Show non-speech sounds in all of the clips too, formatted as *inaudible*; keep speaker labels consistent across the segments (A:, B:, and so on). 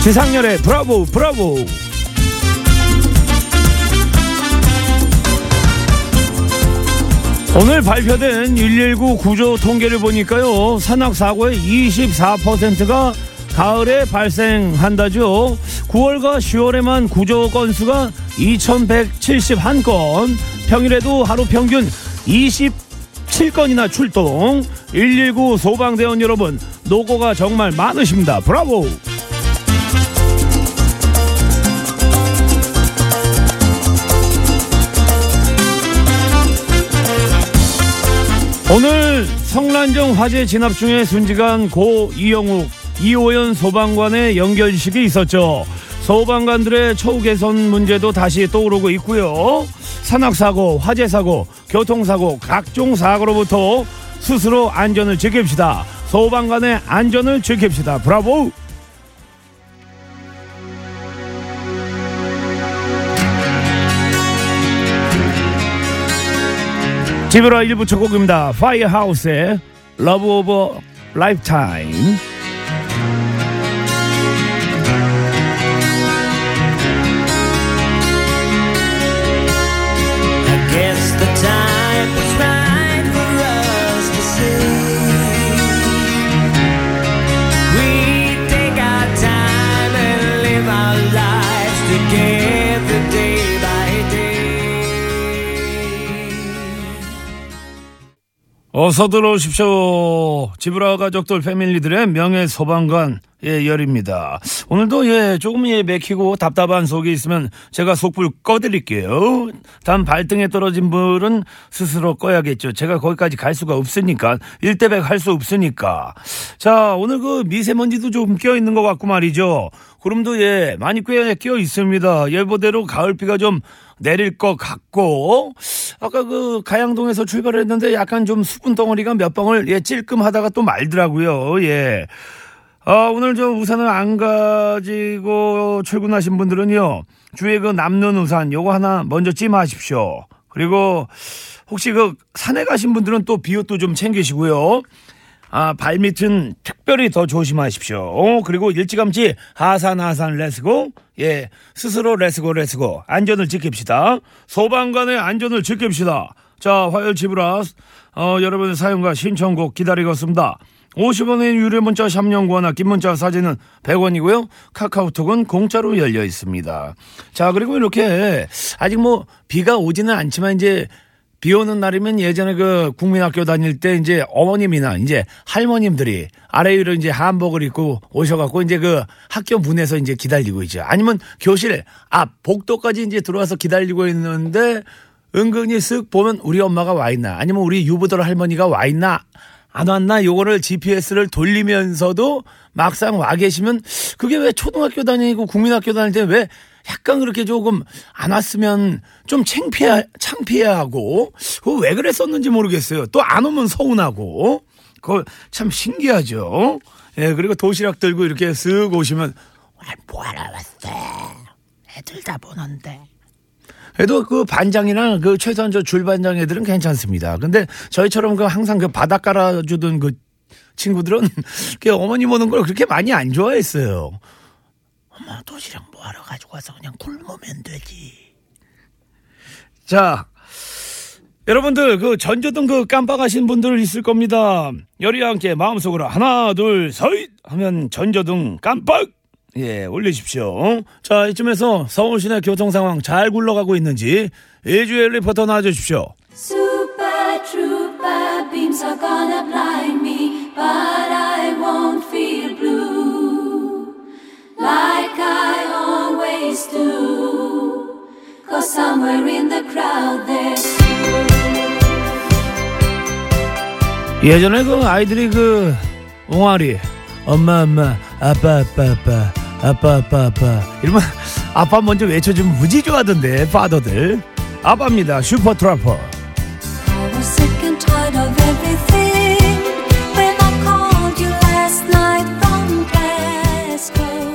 A: 지상렬의 브라보 브라보 오늘 발표된 119 구조 통계를 보니까요 산악 사고의 24%가 가을에 발생한다죠 9월과 10월에만 구조 건수가 2171건 평일에도 하루 평균 27건이나 출동 119 소방대원 여러분 노고가 정말 많으십니다 브라보 오늘 성란정 화재 진압 중에 순직한 고 이영욱, 이호연 소방관의 연결식이 있었죠. 소방관들의 처우 개선 문제도 다시 떠오르고 있고요. 산악사고, 화재사고, 교통사고, 각종 사고로부터 스스로 안전을 지킵시다. 소방관의 안전을 지킵시다. 브라보! 지브라 일부 첫 곡입니다. 파이어하우스의 러브 오브 라이프타임.
B: I guess the time was right for us to say We take our time and live our lives together day by day.
A: 어서 들어오십시오. 지브라 가족들 패밀리들의 명예 소방관 예, 열입니다. 오늘도 예, 조금 예, 맥히고 답답한 속이 있으면 제가 속불 꺼드릴게요. 다음 발등에 떨어진 불은 스스로 꺼야겠죠. 제가 거기까지 갈 수가 없으니까. 1대100 할 수 없으니까. 자, 오늘 그 미세먼지도 좀 껴있는 것 같고 말이죠. 구름도 예, 많이 꽤 끼어 있습니다. 예보대로 가을비가 좀 내릴 것 같고, 아까 그 가양동에서 출발을 했는데 약간 좀 수분 덩어리가 몇 방울 예, 찔끔 하다가 또 말더라고요. 예. 아, 오늘 저 우산을 안 가지고 출근하신 분들은요, 주위에 그 남는 우산 요거 하나 먼저 찜하십시오. 그리고 혹시 그 산에 가신 분들은 또 비옷도 좀 챙기시고요. 아, 발밑은 특별히 더 조심하십시오. 어, 그리고 일찌감치 하산, 하산, 레스고, 예, 스스로 레스고, 레스고, 안전을 지킵시다. 소방관의 안전을 지킵시다. 자, 화요일 집으라, 어, 여러분의 사연과 신청곡 기다리고 있습니다. 50원의 유료 문자 샵연구하나 긴 문자 사진은 100원이고요. 카카오톡은 공짜로 열려 있습니다. 자, 그리고 이렇게 아직 뭐 비가 오지는 않지만 이제 비 오는 날이면 예전에 그 국민학교 다닐 때 이제 어머님이나 이제 할머님들이 아래 위로 이제 한복을 입고 오셔갖고 이제 그 학교 문에서 이제 기다리고 있죠. 아니면 교실 앞 복도까지 이제 들어와서 기다리고 있는데 은근히 쓱 보면 우리 엄마가 와 있나 아니면 우리 유부들 할머니가 와 있나 안 왔나 요거를 GPS를 돌리면서도 막상 와 계시면 그게 왜 초등학교 다니고 국민학교 다닐 때 왜 약간 그렇게 조금 안 왔으면 좀 창피해 창피해하고 그거 왜 그랬었는지 모르겠어요. 또 안 오면 서운하고 그거 참 신기하죠. 예 그리고 도시락 들고 이렇게 쓱 오시면 아, 뭐하러 왔어? 애들 다 보는데. 그래도 그 반장이나 그 최소한 저 줄반장 애들은 괜찮습니다. 근데 저희처럼 그 항상 그 바닥 깔아주던 그 친구들은 *laughs* 그 어머니 보는 걸 그렇게 많이 안 좋아했어요. 엄마 도시락 뭐하러 가지고 와서 그냥 굶으면 되지. 자. 여러분들 그 전조등 그 깜빡하신 분들 있을 겁니다. 열이와 함께 마음속으로 하나 둘셋 하면 전조등 깜빡 예 올리십시오. 자 이쯤에서 서울 시내 교통 상황 잘 굴러가고 있는지 예주의 리포터 나와주십시오.
C: Super trooper beams are gonna blind me, but I won't feel blue like I always do. Cause somewhere in the crowd there's
A: 예전에 그 아이들이 그 옹알이 엄마 엄마 아빠 아빠 아빠 아빠 아빠 아빠 이러면 아빠 먼저 외쳐주면 무지 좋아하던데 파더들 아빠입니다 슈퍼 트라퍼
C: I was sick and tired of everything when I called you last night from Glasgow.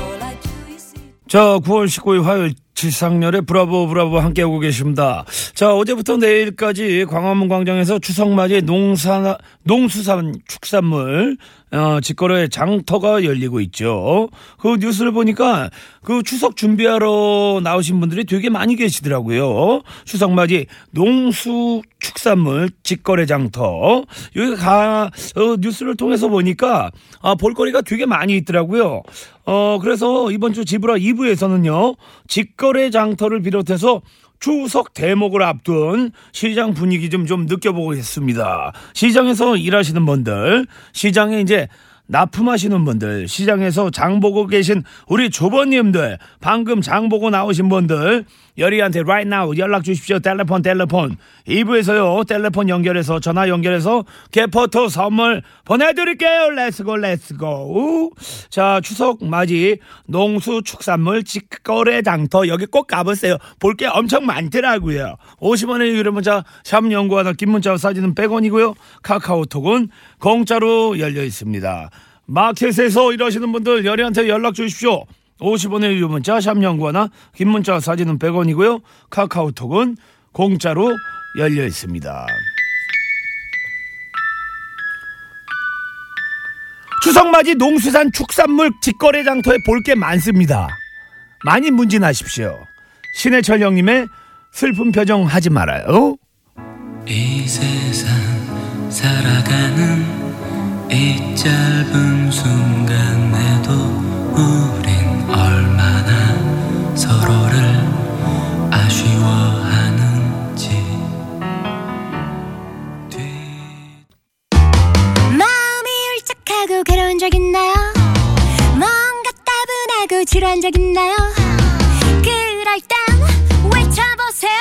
C: All I do is.
A: 자 9월 19일 화요일 지상렬의 브라보 브라보 함께하고 계십니다. 자 어제부터 내일까지 광화문 광장에서 추석맞이 농산 농수산 축산물 어, 직거래 장터가 열리고 있죠. 그 뉴스를 보니까 그 추석 준비하러 나오신 분들이 되게 많이 계시더라고요. 추석맞이 농수 축산물 직거래 장터 여기 가 어, 뉴스를 통해서 보니까 아, 볼거리가 되게 많이 있더라고요. 어, 그래서 이번 주 지브라 2부에서는요, 직거래 장터를 비롯해서 추석 대목을 앞둔 시장 분위기 좀, 좀 느껴보겠습니다. 시장에서 일하시는 분들, 시장에 이제 납품하시는 분들, 시장에서 장 보고 계신 우리 조버님들, 방금 장 보고 나오신 분들, 여리한테 right now 연락 주십시오. 텔레폰, 텔레폰. 2부에서요, 텔레폰 연결해서, 전화 연결해서, 개포토 선물 보내드릴게요. 렛츠고, 렛츠고. 자, 추석 맞이 농수 축산물 직거래 장터 여기 꼭 가보세요. 볼 게 엄청 많더라고요. 50원의 유료 문자, 샵 연구하다 긴 문자와 사진은 100원이고요. 카카오톡은 공짜로 열려 있습니다. 마켓에서 일하시는 분들 여리한테 연락 주십시오. 50원의 유료 문자 샵 연구하나 긴 문자 사진은 100원이고요. 카카오톡은 공짜로 열려 있습니다. 추석맞이 농수산 축산물 직거래 장터에 볼 게 많습니다. 많이 문진하십시오. 신해철 형님의 슬픈 표정 하지 말아요.
D: 이 세상 살아가는 이 짧은 순간에도 우린 얼마나 서로를 아쉬워하는지 뒤
E: 마음이 울적하고 괴로운 적 있나요? 뭔가 따분하고 지루한 적 있나요? 그럴 땐 외쳐보세요.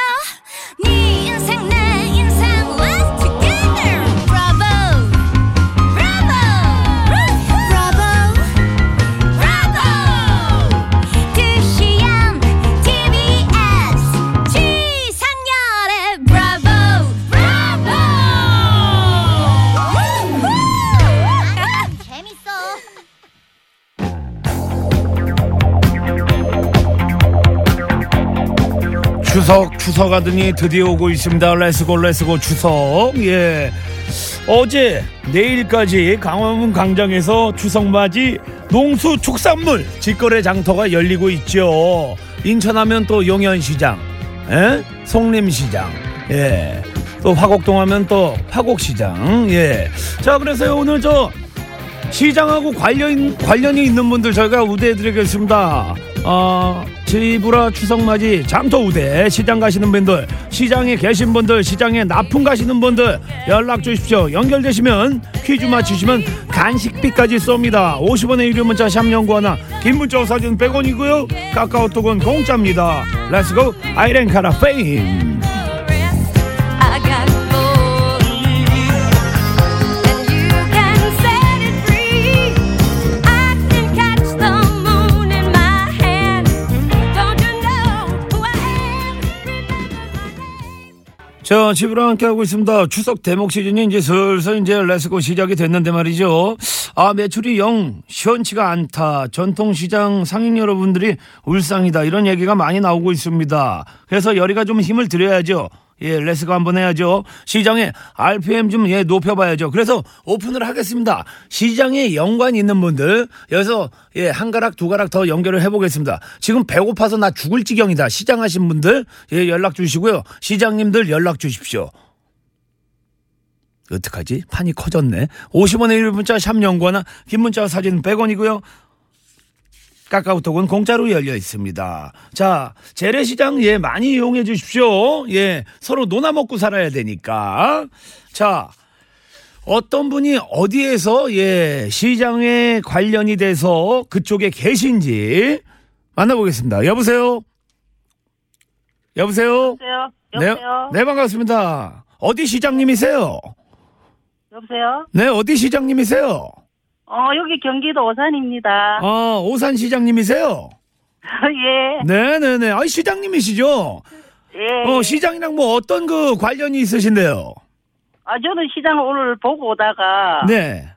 E: 네 인생 내 인생 Let's together Bravo Bravo Bravo Bravo 2시엔 TBS 지상렬의 Bravo Bravo 완전 재밌어
A: 추석 추석 하더니 드디어 오고 있습니다. 레스고 레스고 추석 예 어제 내일까지 강화문 광장에서 추석맞이 농수 축산물 직거래 장터가 열리고 있죠. 인천하면 또 용현시장, 예? 송림시장, 예. 또 화곡동하면 또 화곡시장, 예. 자 그래서요 오늘 저 시장하고 관련 관련이 있는 분들 저희가 우대해드리겠습니다. 어, 지브라 추석맞이 장터 우대 시장 가시는 분들 시장에 계신 분들 시장에 납품 가시는 분들 연락 주십시오 연결되시면 퀴즈 맞추시면 간식비까지 쏩니다 50원의 유료 문자 샵 연구 하나 긴 문자 사진 100원이고요 카카오톡은 공짜입니다 렛츠고 아이렌카라 페임
E: I got and you can set it free. I can catch the moon in my hand. Don't you know who I am?
A: 자, 집으로 함께하고 있습니다. 추석 대목 시즌이 이제 슬슬 이제 레스고 시작이 됐는데 말이죠. 아, 매출이 영, 시원치가 않다. 전통시장 상인 여러분들이 울상이다. 이런 얘기가 많이 나오고 있습니다. 그래서 열이가 좀 힘을 들여야죠. 예, 레스고 한번 해야죠. 시장에 RPM 좀 예, 높여봐야죠. 그래서 오픈을 하겠습니다. 시장에 연관 있는 분들, 여기서 예, 한 가락, 두 가락 더 연결을 해보겠습니다. 지금 배고파서 나 죽을 지경이다. 시장하신 분들, 예, 연락 주시고요. 시장님들 연락 주십시오. 어떡하지? 판이 커졌네. 50원의 1 문자 샵 연구하나 긴 문자 사진 100원이고요. 카카오톡은 공짜로 열려 있습니다. 자, 재래시장 예 많이 이용해 주십시오. 예, 서로 논아 먹고 살아야 되니까. 자, 어떤 분이 어디에서 예 시장에 관련이 돼서 그쪽에 계신지 만나보겠습니다. 여보세요. 여보세요.
F: 여보세요? 여보세요?
A: 네, 네 반갑습니다. 어디 시장님이세요?
F: 여보세요?
A: 네, 어디 시장님이세요?
F: 어, 여기 경기도 오산입니다.
A: 아, 오산 시장님이세요?
F: *laughs* 예,
A: 네, 네, 네. 아, 시장님이시죠?
F: 예.
A: 어, 시장이랑 뭐 어떤 그 관련이 있으신데요?
F: 아, 저는 시장 오늘 보고 오다가
A: 네.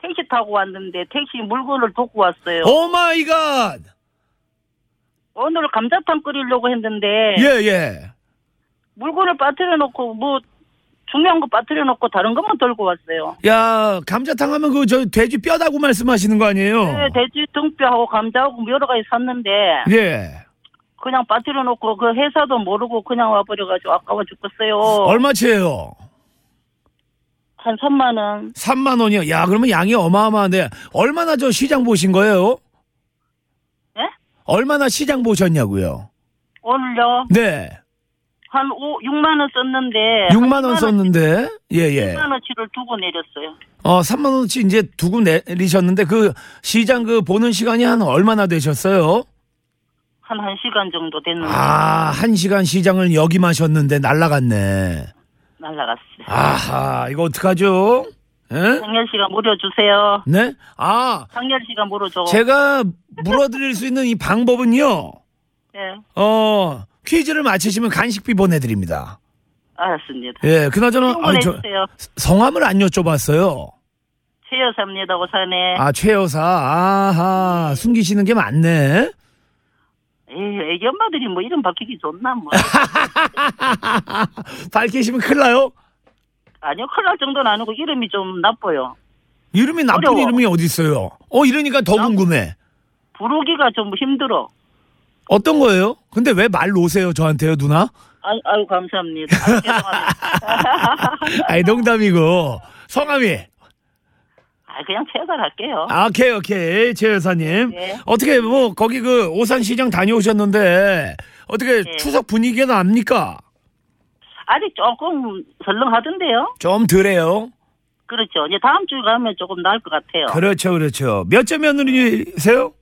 F: 택시
A: 어?
F: 타고 왔는데 택시 물건을 두고 왔어요.
A: 오 마이 갓.
F: 오늘 감자탕 끓이려고 했는데
A: 예, 예.
F: 물건을 빠뜨려 놓고 뭐 중요한 거 빠뜨려 놓고 다른 것만 들고 왔어요.
A: 야, 감자탕 하면 그 저 돼지 뼈다고 말씀하시는 거 아니에요?
F: 네, 돼지 등뼈하고 감자하고 뭐 여러 가지 샀는데
A: 어. 예.
F: 그냥 빠뜨려 놓고 그 회사도 모르고 그냥 와버려가지고 아까워 죽겠어요.
A: 얼마치예요?
F: 한 3만 원.
A: 3만 원이요. 야, 그러면 양이 어마어마한데 얼마나 저 시장 보신 거예요? 네?
F: 예?
A: 얼마나 시장 보셨냐고요?
F: 오늘요
A: 네.
F: 한 5, 6만 원 썼는데
A: 6만 원 썼는데. 예, 예.
F: 6만 원치를 두고 내렸어요.
A: 어, 3만 원치 이제 두고 내리셨는데 그 시장 그 보는 시간이 한 얼마나 되셨어요?
F: 한 1시간 정도 됐는데
A: 아, 한 시간 시장을 역임하셨는데 날라갔네.
F: 날라갔어요.
A: 아하, 이거 어떡하죠? 예?
F: 상렬 씨가 물어주세요.
A: 네? 아,
F: 상렬 씨가 물어줘.
A: 제가 물어드릴 수 있는 이 방법은요.
F: 예,
A: 어, 퀴즈를 맞히시면 간식비 보내드립니다.
F: 알았습니다.
A: 예, 그나저나 아니, 저
F: 충분해주세요.
A: 성함을 안 여쭤봤어요.
F: 최 여사입니다, 오산에.
A: 아, 최 여사.
F: 네.
A: 아하, 숨기시는 게 많네. *laughs*
F: 에이, 애기 엄마들이 뭐 이름 바뀌기 좋나,
A: *laughs*
F: 뭐.
A: 밝히시면 큰일 나요.
F: 아니요, 큰일 날 정도는 아니고 이름이 좀 나빠요.
A: 이름이 나쁜
F: 어려워.
A: 이름이 어디 있어요? 어, 이러니까 더 궁금해.
F: 부르기가 좀 힘들어.
A: 어떤 거예요? 근데 왜 말 놓으세요, 저한테요,
F: *laughs*
A: 누나?
F: 아, 아유, 감사합니다. 아유,
A: *laughs*
F: 죄송합니다.
A: 아니, 농담이고. 성함이.
F: 어? 아, 그냥 체결할게요.
A: 아, 오케이, 오케이. 최 여사님.
F: 네.
A: 어떻게, 뭐, 거기 그 오산시장 다녀오셨는데, 어떻게
F: 네.
A: 추석 분위기가 납니까?
F: 아직 조금 설렁하던데요?
A: 좀 덜해요.
F: 그렇죠. 이제 다음 주에 가면 조금 나을 것 같아요.
A: 그렇죠, 그렇죠. 몇째 며느리세요?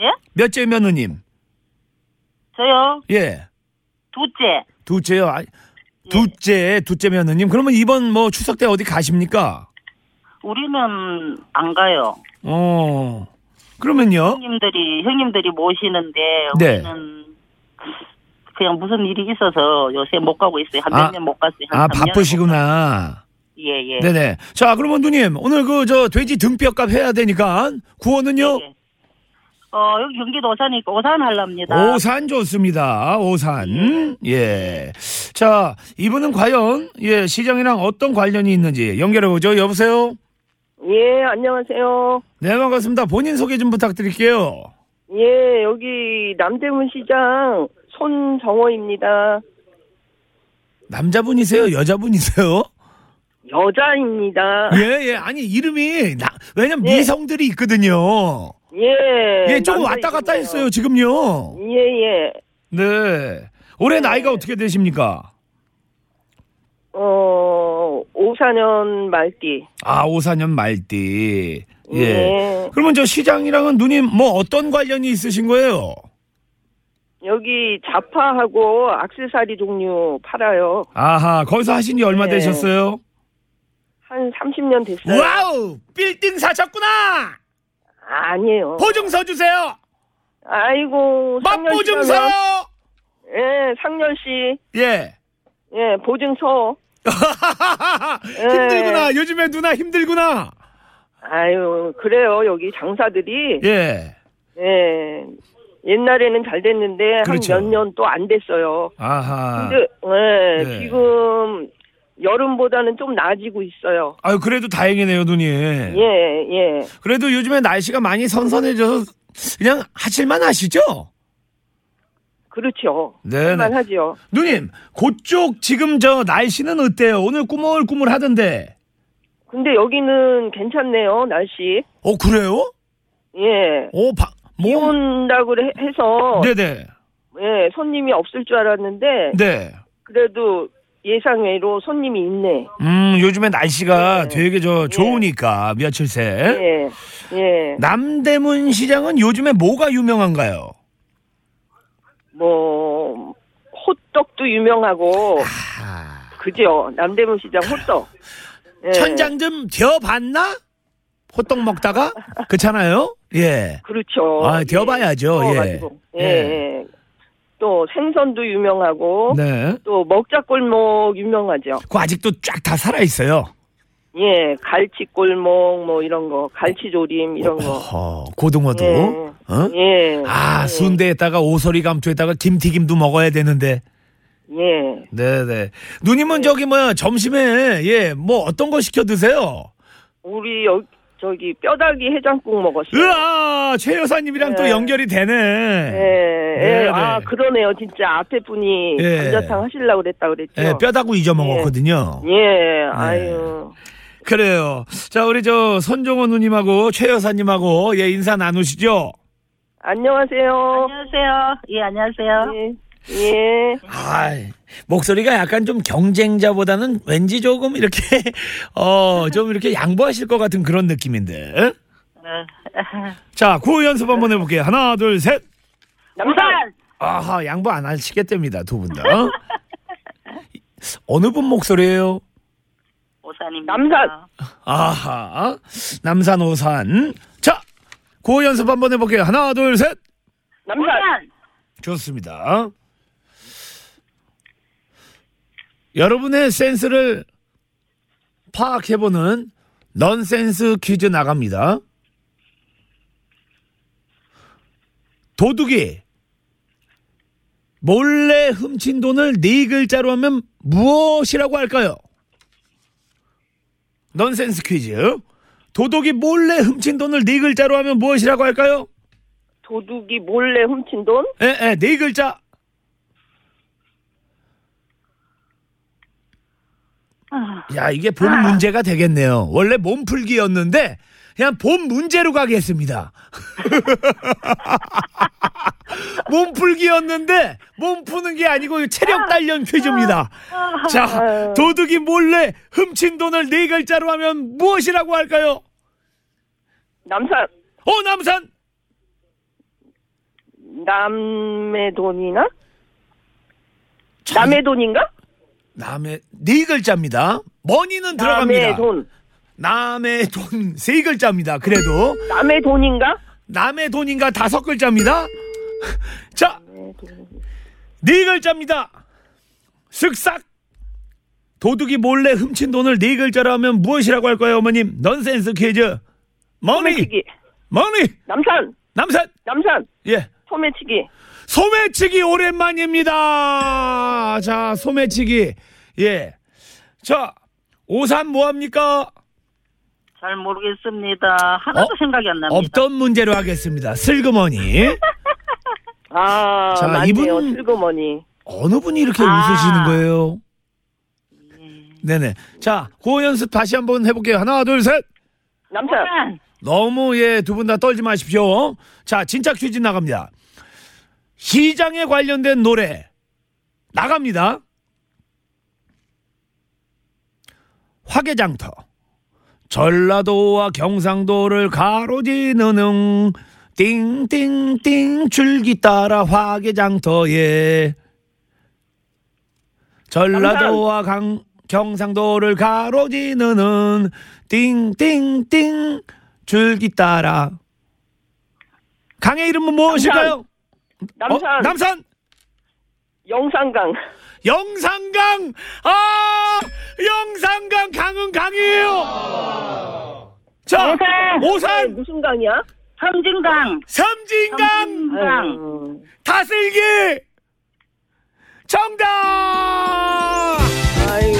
F: 예?
A: 몇째 며느님?
F: 저요?
A: 예.
F: 둘째.
A: 둘째요.
F: 예.
A: 아, 둘째, 둘째 며느님. 그러면 이번 뭐 추석 때 어디 가십니까?
F: 우리는 안 가요.
A: 어. 그러면요?
F: 형님들이 형님들이 모시는데
A: 네.
F: 우리는 그냥 무슨 일이 있어서 요새 못 가고 있어요. 한
A: 아,
F: 몇 년 못 갔어요. 한
A: 아,
F: 3년 못
A: 바쁘시구나.
F: 갔- 예, 예.
A: 네네. 자, 그러면 누님, 오늘 그, 저, 돼지 등뼈값 해야 되니까, 구호는요?
F: 예. 어, 여기 경기도 오산이니까 오산 할랍니다.
A: 오산 좋습니다. 오산. 예. 자, 이분은 과연, 예, 시장이랑 어떤 관련이 있는지 연결해보죠. 여보세요?
G: 예, 안녕하세요.
A: 네, 반갑습니다. 본인 소개 좀 부탁드릴게요.
G: 예, 여기 남대문 시장 손정호입니다.
A: 남자분이세요? 여자분이세요?
G: 여자입니다.
A: 예, 예. 아니, 이름이, 나- 왜냐면
G: 예.
A: 미성들이 있거든요.
G: 예.
A: 예, 조금 왔다 갔다
G: 남자이시네요.
A: 했어요, 지금요.
G: 예, 예.
A: 네. 올해 나이가 어떻게 되십니까?
G: 어, 5사년 말띠.
A: 아, 오사년 말띠. 예.
G: 예.
A: 그러면 저 시장이랑은 누님 뭐 어떤 관련이 있으신 거예요?
G: 여기 자파하고 악세사리 종류 팔아요.
A: 아하, 거기서 하신 지 얼마
G: 예.
A: 되셨어요?
G: 한 30년 됐어요.
A: 와우! 빌딩 사셨구나!
G: 아니에요.
A: 보증서 주세요!
G: 아이고, 상렬 씨 하면-
A: 맛보증서요!
G: 예, 상렬 씨.
A: 예. *laughs*
G: 예, 보증서.
A: 힘들구나. 요즘에 누나 힘들구나.
G: 아유, 그래요. 여기 장사들이
A: 예.
G: 예. 옛날에는 잘 됐는데
A: 그렇죠.
G: 한 몇 년 또 안 됐어요.
A: 아하.
G: 근데 예,
A: 네.
G: 지금 여름보다는 좀 나아지고 있어요.
A: 아유, 그래도 다행이네요, 누님.
G: 예, 예.
A: 그래도 요즘에 날씨가 많이 선선해져서 그냥 하실만 하시죠?
G: 그렇죠.
A: 네네.
G: 할만하죠.
A: 누님, 그쪽 지금 저 날씨는 어때요? 오늘 꾸물꾸물 하던데.
G: 근데 여기는 괜찮네요, 날씨.
A: 어, 그래요?
G: 예.
A: 어, 바,
G: 비
A: 뭐.
G: 온다고 해- 해서
A: 네네.
G: 예, 손님이 없을 줄 알았는데
A: 네.
G: 그래도 예상외로 손님이 있네.
A: 음, 요즘에 날씨가
G: 네.
A: 되게 저 좋으니까, 며칠 새.
G: 예. 예.
A: 남대문 시장은 요즘에 뭐가 유명한가요?
G: 뭐 호떡도
A: 아,
G: 유명하고 그죠 남대문 시장 호떡 예.
A: 천장 좀 되어봤나? 호떡 먹다가? 그렇잖아요? 예.
G: 그렇죠
A: 아, 되어봐야죠, 예.
G: 먹어가지고. 예.
A: 예.
G: 또 생선도 유명하고
A: 네.
G: 또 먹자골목 유명하죠
A: 그 아직도 쫙 다 살아있어요.
G: 예 갈치골목 뭐 이런 거 갈치조림 이런 거
A: 어, 고등어도.
G: 예.
A: 어?
G: 예.
A: 아 순대에다가 오소리 감초에다가 김튀김도 먹어야 되는데.
G: 예.
A: 네네. 누님은 저기 뭐야 점심에 예 뭐 어떤 거 시켜 드세요?
G: 우리 여기 저기 뼈다귀 해장국 먹었어요.
A: 으아 최 여사님이랑 또
G: 네.
A: 연결이 되네.
G: 예, 예.
A: 네,
G: 아,
A: 네.
G: 그러네요. 진짜 앞에 분이
A: 예.
G: 감자탕 하시려고 그랬다 그랬죠.
A: 예, 뼈다구 네. 잊어먹었거든요.
G: 예, 아유.
A: 그래요. 자, 우리 저 선종호 누님하고 최 여사님하고 예 인사 나누시죠.
G: 안녕하세요.
F: 안녕하세요. 예, 안녕하세요.
G: 예. 예.
A: 아, 목소리가 약간 좀 경쟁자보다는 왠지 조금 이렇게 *laughs* 어 좀 이렇게 양보하실 것 같은 그런 느낌인데. 자, 구호 연습 한번 해볼게요. 하나, 둘, 셋.
F: 우산!
A: 아하, 양보 안 하시겠답니다. 두 분 다. 어? 어느 분 목소리예요?
F: 우산입니다.
G: 남산.
A: 아하, 남산 오산. 자, 구호 연습 한번 해볼게요. 하나, 둘, 셋.
G: 남산.
A: 좋습니다. 여러분의 센스를 파악해보는 넌센스 퀴즈 나갑니다. 도둑이 몰래 훔친 돈을 네 글자로 하면 무엇이라고 할까요? 넌센스 퀴즈. 도둑이 몰래 훔친 돈을 네 글자로 하면 무엇이라고 할까요?
G: 도둑이 몰래 훔친 돈?
A: 에, 에, 네 글자.
G: 아.
A: 야, 이게 본 문제가 되겠네요. 원래 몸풀기였는데, 그냥 본 문제로 가겠습니다. *laughs* 몸풀기였는데, 몸 푸는 게 아니고 체력 단련 퀴즈입니다. 자, 도둑이 몰래 훔친 돈을 네 글자로 하면 무엇이라고 할까요?
G: 남산.
A: 어, 남산!
G: 남의 돈이나? 남의 돈인가?
A: 남의, 네 글자입니다. 머니는 들어갑니다.
G: 남의 돈.
A: 남의 돈 세 글자입니다. 그래도
G: 남의 돈인가?
A: 남의 돈인가 다섯 글자입니다. *laughs* 자, 네 글자입니다. 슥싹 도둑이 몰래 훔친 돈을 네 글자로 하면 무엇이라고 할까요, 어머님? 넌센스 퀴즈. 머니,
G: 소매치기.
A: 머니,
G: 남산.
A: 남산.
G: 남산.
A: 예,
G: 소매치기.
A: 소매치기 오랜만입니다. 자, 소매치기. 예, 자, 오산 뭐 합니까?
F: 잘 모르겠습니다. 하나도
A: 어?
F: 생각이 안 납니다.
A: 없던 문제로 하겠습니다. 슬그머니.
G: 아,
A: 자,
G: 맞네요.
A: 이분-
G: 슬그머니.
A: 어느 분이 이렇게 웃으시는 거예요? 네네. 자, 구호 연습 다시 한번 해볼게요. 하나, 둘, 셋.
G: 남산.
F: 우산!
A: 너무, 예, 두 분 다 떨지 마십시오. 자, 진짜 퀴즈 나갑니다. 시장에 관련된 노래. 나갑니다. 화개장터. 전라도와 경상도를 가로지는 응. 띵띵띵 줄기 따라 화개장터에 전라도와 강, 경상도를 가로지는 응. 띵띵띵 줄기 따라 강의 이름은 무엇일까요?
G: 남산.
A: 어? 남산
G: 영산강.
A: 영산강 아 영산강 강은 강이에요. 자
G: *laughs*
F: 오산!
G: 네,
A: 오산
G: 무슨 강이야?
F: 섬진강!
A: 삼진강
F: 섬진강!
G: 음,
A: 다슬기 정답
G: 아이고.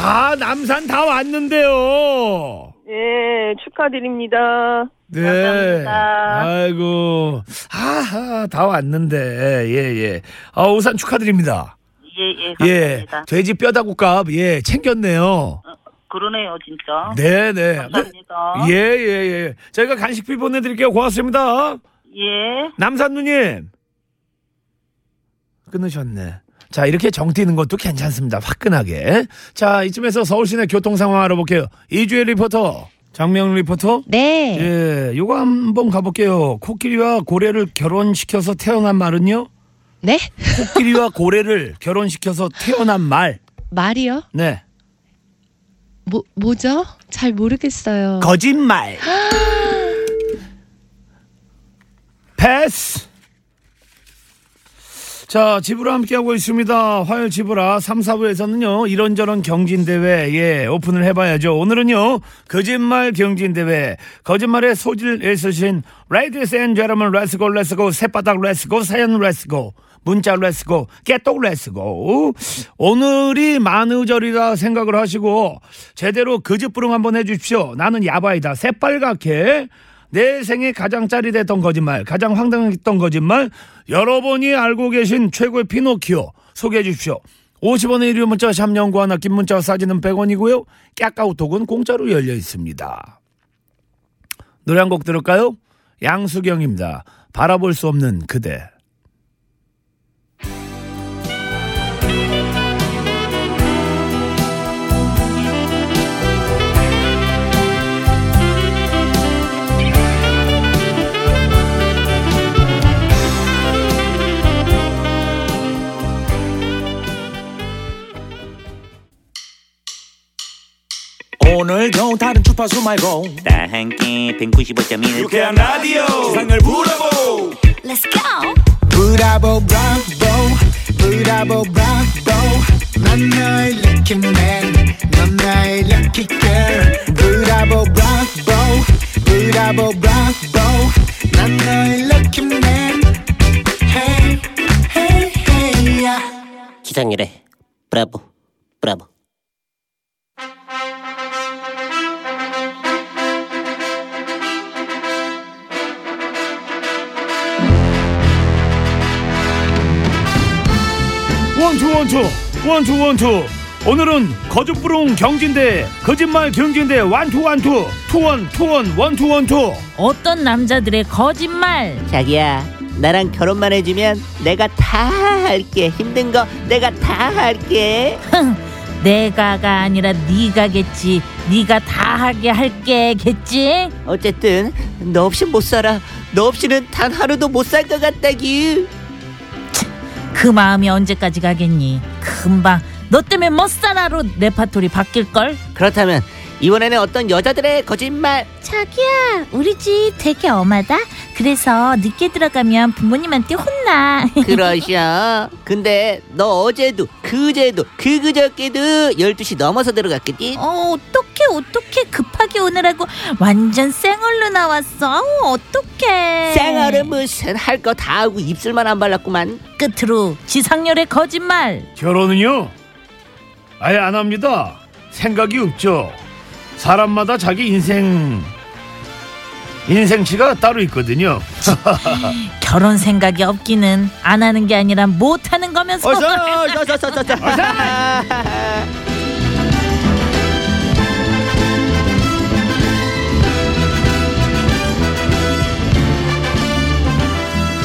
A: 아 남산 다 왔는데요.
G: 예, 축하드립니다.
A: 네.
F: 감사합니다.
A: 아이고 아하 다 왔는데 예예 아 오산 축하드립니다.
F: 예, 예,
A: 예
F: 감사합니다.
A: 돼지 뼈다구값 예 챙겼네요.
F: 그러네요, 진짜.
A: 네네.
F: 감사합니다.
A: 예, 예, 예. 저희가 간식비 보내드릴게요. 고맙습니다.
F: 예.
A: 남산 누님. 끊으셨네. 자, 이렇게 정 뛰는 것도 괜찮습니다. 화끈하게. 자, 이쯤에서 서울시내 교통 상황 알아볼게요. 이주혜 리포터. 장명 리포터.
H: 네.
A: 예, 요거 한번 가볼게요. 코끼리와 고래를 결혼시켜서 태어난 말은요?
H: 네?
A: 코끼리와 고래를 결혼시켜서 태어난 말.
H: 말이요?
A: 네.
H: 뭐, 뭐죠? 잘 모르겠어요.
A: 거짓말. 패스. 자, 지브라 함께하고 있습니다. 화요일 지브라 3, 4부에서는요, 이런저런 경진대회, 예, 오픈을 해봐야죠. 오늘은요, 거짓말 경진대회. 거짓말의 소질 있으신, Ladies and Gentlemen, let's go, let's go, 새바닥 let's go, 사연 let's go. 문자 레츠고 깨똑 레츠고 오늘이 만우절이라 생각을 하시고 제대로 거짓부릉 한번 해주십시오 나는 야바이다 새빨갛게 내 생에 가장 짜릿했던 거짓말 가장 황당했던 거짓말 여러분이 알고 계신 최고의 피노키오 소개해 주십시오 50원의 유료 문자 샵연구 하나 긴 문자와 사진은 100원이고요 까까우톡은 공짜로 열려 있습니다 노래 한 곡 들을까요? 양수경입니다 바라볼 수 없는 그대
B: 오늘도 다른 주파수 말고
I: 다 함께 195.1
B: 유쾌한 라디오 세상을 브라보
J: Let's go!
B: 브라보 브라보 브라보 브라보 난 너의 lucky man 넌 나의 lucky girl 브라보 브라보 브라보 브라보 난 너의 lucky man hey hey hey yeah.
I: 기상일에 브라보 브라보
A: 원투 원투 원투 원투 오늘은 거짓부릉 경진대 거짓말 경진대 완투 완투 투원 투원 원투 원투
E: 어떤 남자들의 거짓말
I: 자기야 나랑 결혼만 해주면 내가 다 할게 힘든 거 내가 다 할게
E: 내가가 아니라 네가겠지 네가 다 하게 할게겠지
I: 어쨌든 너 없이 못 살아 너 없이는 단 하루도 못 살 것 같다기
E: 그 마음이 언제까지 가겠니 금방 너 때문에 못 살아로 레파토리 바뀔걸
I: 그렇다면 이번에는 어떤 여자들의 거짓말
E: 자기야 우리 집 되게 엄하다 그래서 늦게 들어가면 부모님한테 혼나
I: 그러셔 근데 너 어제도 그제도 그그저께도 12시 넘어서 들어갔겠지
E: *laughs* 어, 어떡해 어떡해 급하게 오느라고 완전 쌩얼로 나왔어 어, 어떡해
I: 생얼은 무슨 할 거 다 하고 입술만 안 발랐구만
E: 끝으로 지상렬의 거짓말
A: 결혼은요 아예 안 합니다 생각이 없죠 사람마다 자기 인생 인생치가 따로 있거든요
E: 결혼 생각이 없기는 안 하는 게 아니라 못 하는 거면서
I: 어서 어서 어서 어서 어서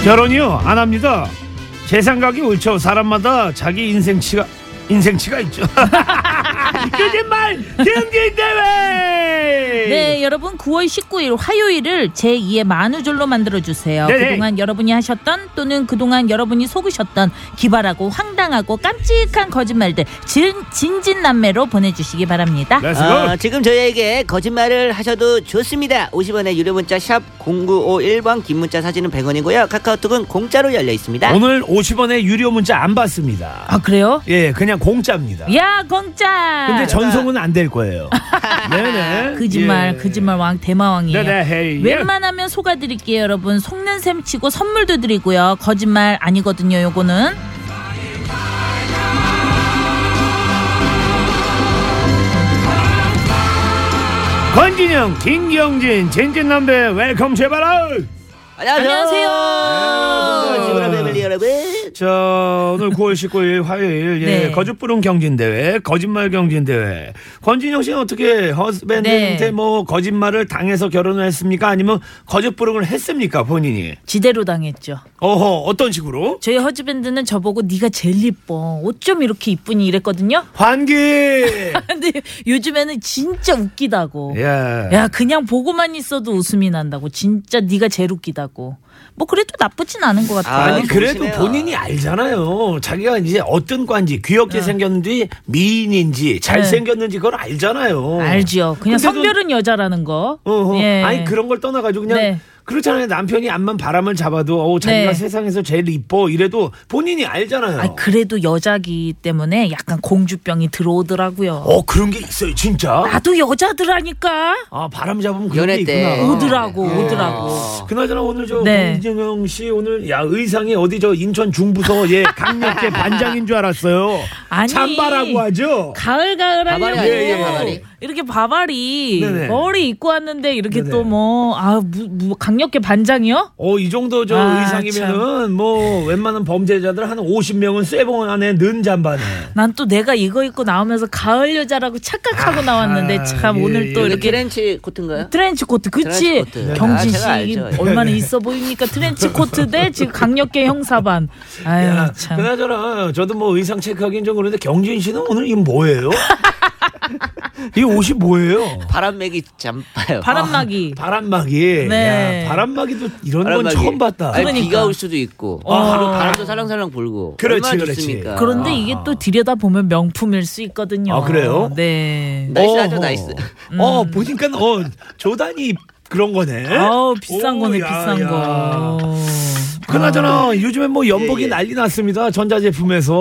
A: 결혼이요 안 합니다 제 생각이 옳죠 사람마다 자기 인생치가 인생치가 있죠 *laughs* 거짓말 경진대회
E: *laughs* 네, 여러분 9월 19일 화요일을 제2의 만우절로 만들어 주세요.
A: 네네.
E: 그동안 여러분이 하셨던 또는 그동안 여러분이 속으셨던 기발하고 황당하고 깜찍한 거짓말들 진, 진진남매로 보내 주시기 바랍니다.
A: Let's go.
E: 아,
I: 어, 지금 저희에게 거짓말을 하셔도 좋습니다. 50원의 유료 문자 샵 0951번 긴 문자 사진은 100원이고요. 카카오톡은 공짜로 열려 있습니다.
A: 오늘 50원의 유료 문자 안 받습니다
E: 아, 그래요?
A: 예, 그냥 공짜입니다.
E: 야, 공짜.
A: 근데 전송은 안 될 거예요.
E: *laughs*
A: 네네. 예.
E: 거짓말, 거짓말 왕 대마왕이에요.
A: 네네, 예. 헤이.
E: 웬만하면 속아 드릴게요, 여러분. 속는 셈 치고 선물도 드리고요. 거짓말 아니거든요, 요거는.
A: 권진영, 김경진, 진진남배, 웰컴 제발!
I: 안녕하세요.
E: 안녕하세요.
I: 어, 지브라 패밀리 여러분.
A: 자, 오늘 9월 19일 화요일, 예,
E: 네.
A: 거짓부릉 경진대회, 거짓말 경진대회. 권진영 씨는 어떻게 허스밴드한테
E: 네.
A: 뭐 거짓말을 당해서 결혼을 했습니까? 아니면 거짓부릉을 했습니까? 본인이.
E: 지대로 당했죠.
A: 어허, 어떤 식으로?
E: 저희 허즈밴드는 저보고 네가 제일 이뻐. 어쩜 이렇게 이쁘니 이랬거든요. *laughs*
A: 환기!
E: 근데 요즘에는 진짜 웃기다고.
A: 예.
E: 야 그냥 보고만 있어도 웃음이 난다고. 진짜 네가 제일 웃기다고. 뭐 그래도 나쁘진 않은 것 같아요.
A: 아니
I: 아,
A: 그래도
I: 좋으시네요.
A: 본인이 알잖아요. 자기가 이제 어떤 관지 귀엽게 생겼는지 미인인지 잘 생겼는지 그걸 알잖아요.
E: 알지요. 그냥
A: 뭐. 근데도-
E: 성별은 여자라는 거.
A: 어허.
E: 예.
A: 아니 그런 걸 떠나가지고 그냥
E: 네.
A: 그렇잖아요. 남편이 앞만 바람을 잡아도 어우, 자기가
E: 네.
A: 세상에서 제일 이뻐 이래도 본인이 알잖아요.
E: 아 그래도 여자기 때문에 약간 공주병이 들어오더라고요.
A: 어 그런 게 있어요, 진짜.
E: 나도 여자들하니까
A: 아 바람 잡으면 그런
I: 연애
A: 게
I: 때.
A: 있구나. 예.
E: 오더라고 오더라고.
A: 그나저나 오늘 저
E: 네.
A: 공진영 씨 오늘 야 의상이 어디 저 인천 중부서 예 강력계 반장인 줄 알았어요.
E: 아니.
A: 찬바라고 하죠.
E: 가을 가을
I: 바바리
E: 하려고
I: 아니에요, 바바리?
E: 이렇게 바바리
A: 예, 네네.
E: 머리 입고 왔는데 이렇게
A: 네네.
E: 또 뭐 아 무, 무, 강력계 반장이요?
A: 어 이 정도 저
E: 아,
A: 의상이면은 뭐 웬만한 범죄자들 한 50명은 쇠봉 안에 넣은 잠바네.
E: 난 또 내가 이거 입고 나오면서 가을 여자라고 착각하고
A: 아하,
E: 나왔는데 참
A: 예,
E: 오늘 또
A: 예.
I: 이거
E: 이렇게
I: 트렌치 코트인가요?
E: 트렌치 코트 그치
I: 트렌치 코트.
E: 경진
I: 아, 제가
E: 씨
I: 알죠.
E: 얼마나 있어 보입니까 트렌치 코트 대 지금 강력계 형사반 아유
A: 야,
E: 참
A: 그나저나 저도 뭐 의상 체크하긴 좀 그런데 경진 씨는 오늘 이 뭐예요?
E: *laughs*
A: 이 옷이 뭐예요?
I: 바람매기 잠바요. 어,
E: 바람막이
A: 바람막이.
E: 네.
A: 야, 바람막이도 이런
I: 바람막이.
A: 건 처음 봤다.
I: 아니,
E: 그러니까.
I: 비가 올 수도 있고 그리고 바람도 살랑살랑 불고
A: 그렇지,
I: 얼마나
A: 그렇지.
I: 좋습니까?
E: 그런데 이게 또 들여다 보면 명품일 수 있거든요.
A: 아, 그래요?
E: 네.
I: 나이스하죠,
A: 어허.
I: 나이스.
A: 어, 보니까 어 조단이 그런 거네.
E: 음. 아우 비싼
A: 오,
E: 거네
A: 야,
E: 비싼
A: 야.
E: 거. 아.
A: 그나저나 요즘에 뭐 연복이
I: 예, 예.
A: 난리 났습니다. 전자제품에서.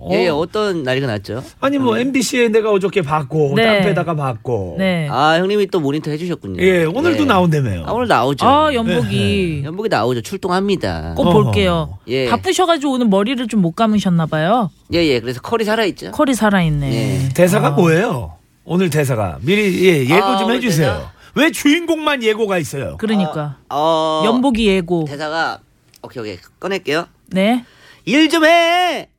A: 어?
I: 예, 어떤 난리가 났죠?
A: 아니 뭐 MBC에 내가 어저께 봤고
E: 네.
A: 땀빼다가 봤고.
E: 네. 아,
I: 아, 형님이 또 모니터 해주셨군요.
A: 예, 오늘도
I: 예.
A: 나온다며요.
I: 아, 오늘 나오죠.
E: 연복이
I: 연복이 나오죠. 출동합니다.
E: 꼭
A: 네. 어허.
E: 볼게요.
I: 예.
E: 바쁘셔가지고 오늘 머리를 좀 못 감으셨나 봐요.
I: 예, 예. 그래서 컬이 살아있죠.
E: 컬이 살아있네.
I: 예.
A: 대사가 뭐예요? 오늘 대사가 미리 예, 예고
I: 아,
A: 좀
I: 오늘
A: 해주세요.
I: 대사?
A: 왜 주인공만 예고가 있어요?
E: 그러니까
I: 어,
E: 연복이 예고.
I: 대사가, 오케이, 오케이. 꺼낼게요.
E: 네.
I: 일 좀 해!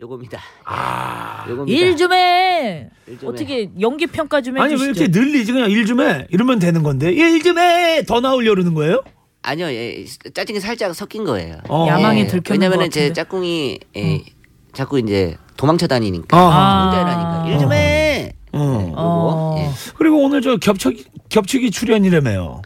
I: 요겁니다. 아. 요겁니다.
E: 일 좀 해.
I: 일좀 해.
E: 어떻게 연기 평가 좀
A: 아니 왜
E: 해주시죠.
A: 이렇게 늘리지 그냥 일 좀 해 이러면 되는 건데 예, 일 좀 해 더 나오려 그러는 거예요?
I: 아니요, 예. 짜증이 살짝 섞인 거예요.
A: 어.
E: 야망이
I: 예,
E: 들켰는 것
I: 왜냐면은
E: 같은데. 음.
I: 제 짝꿍이, 예, 자꾸 이제 도망쳐 다니니까.
A: 아.
E: 아.
I: 혼자 일하니까. 일 좀 해!
E: 네.
A: 어.
I: 요거.
E: 어.
I: 예.
A: 그리고 오늘 저 겹치기 겹치기 출연이라며요.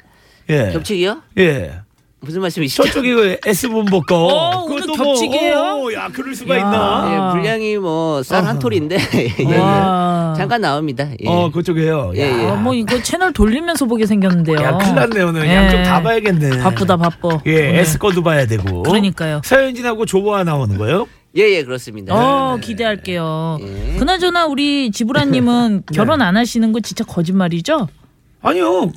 A: 예.
I: 겹치기요?
A: 예.
I: 무슨 말씀이시죠?
A: 저쪽이 그 S 본부 거.
E: 어, 오늘
A: 그것도
E: 겹치기예요?
A: 뭐, 오, 야, 그럴 수가
E: 야.
A: 있나?
I: *laughs* 예, 분량이 뭐 쌀 한 톨인데 *laughs* 예,
A: 네,
I: 예.
E: 아. 와.
I: 잠깐 나옵니다. 예.
A: 아. 어, 그쪽이에요.
I: 예, 예.
E: 아, 뭐 이거 채널 돌리면서 보게 생겼는데요.
A: 야, 큰일 났네, 오늘.
E: 예.
A: 양쪽 다 봐야겠네.
E: 바쁘다 바빠.
A: 예,
E: 오늘.
A: S 거도 봐야 되고.
E: 그러니까요.
A: 서현진하고 조보아 나오는 거요?
I: 예, 예, 그렇습니다.
E: 어 기대할게요.
I: 예.
E: 그나저나 우리
A: *laughs*
E: 지브라님은
A: 네.
E: 결혼 안 하시는 거 진짜 거짓말이죠?
A: 아니요.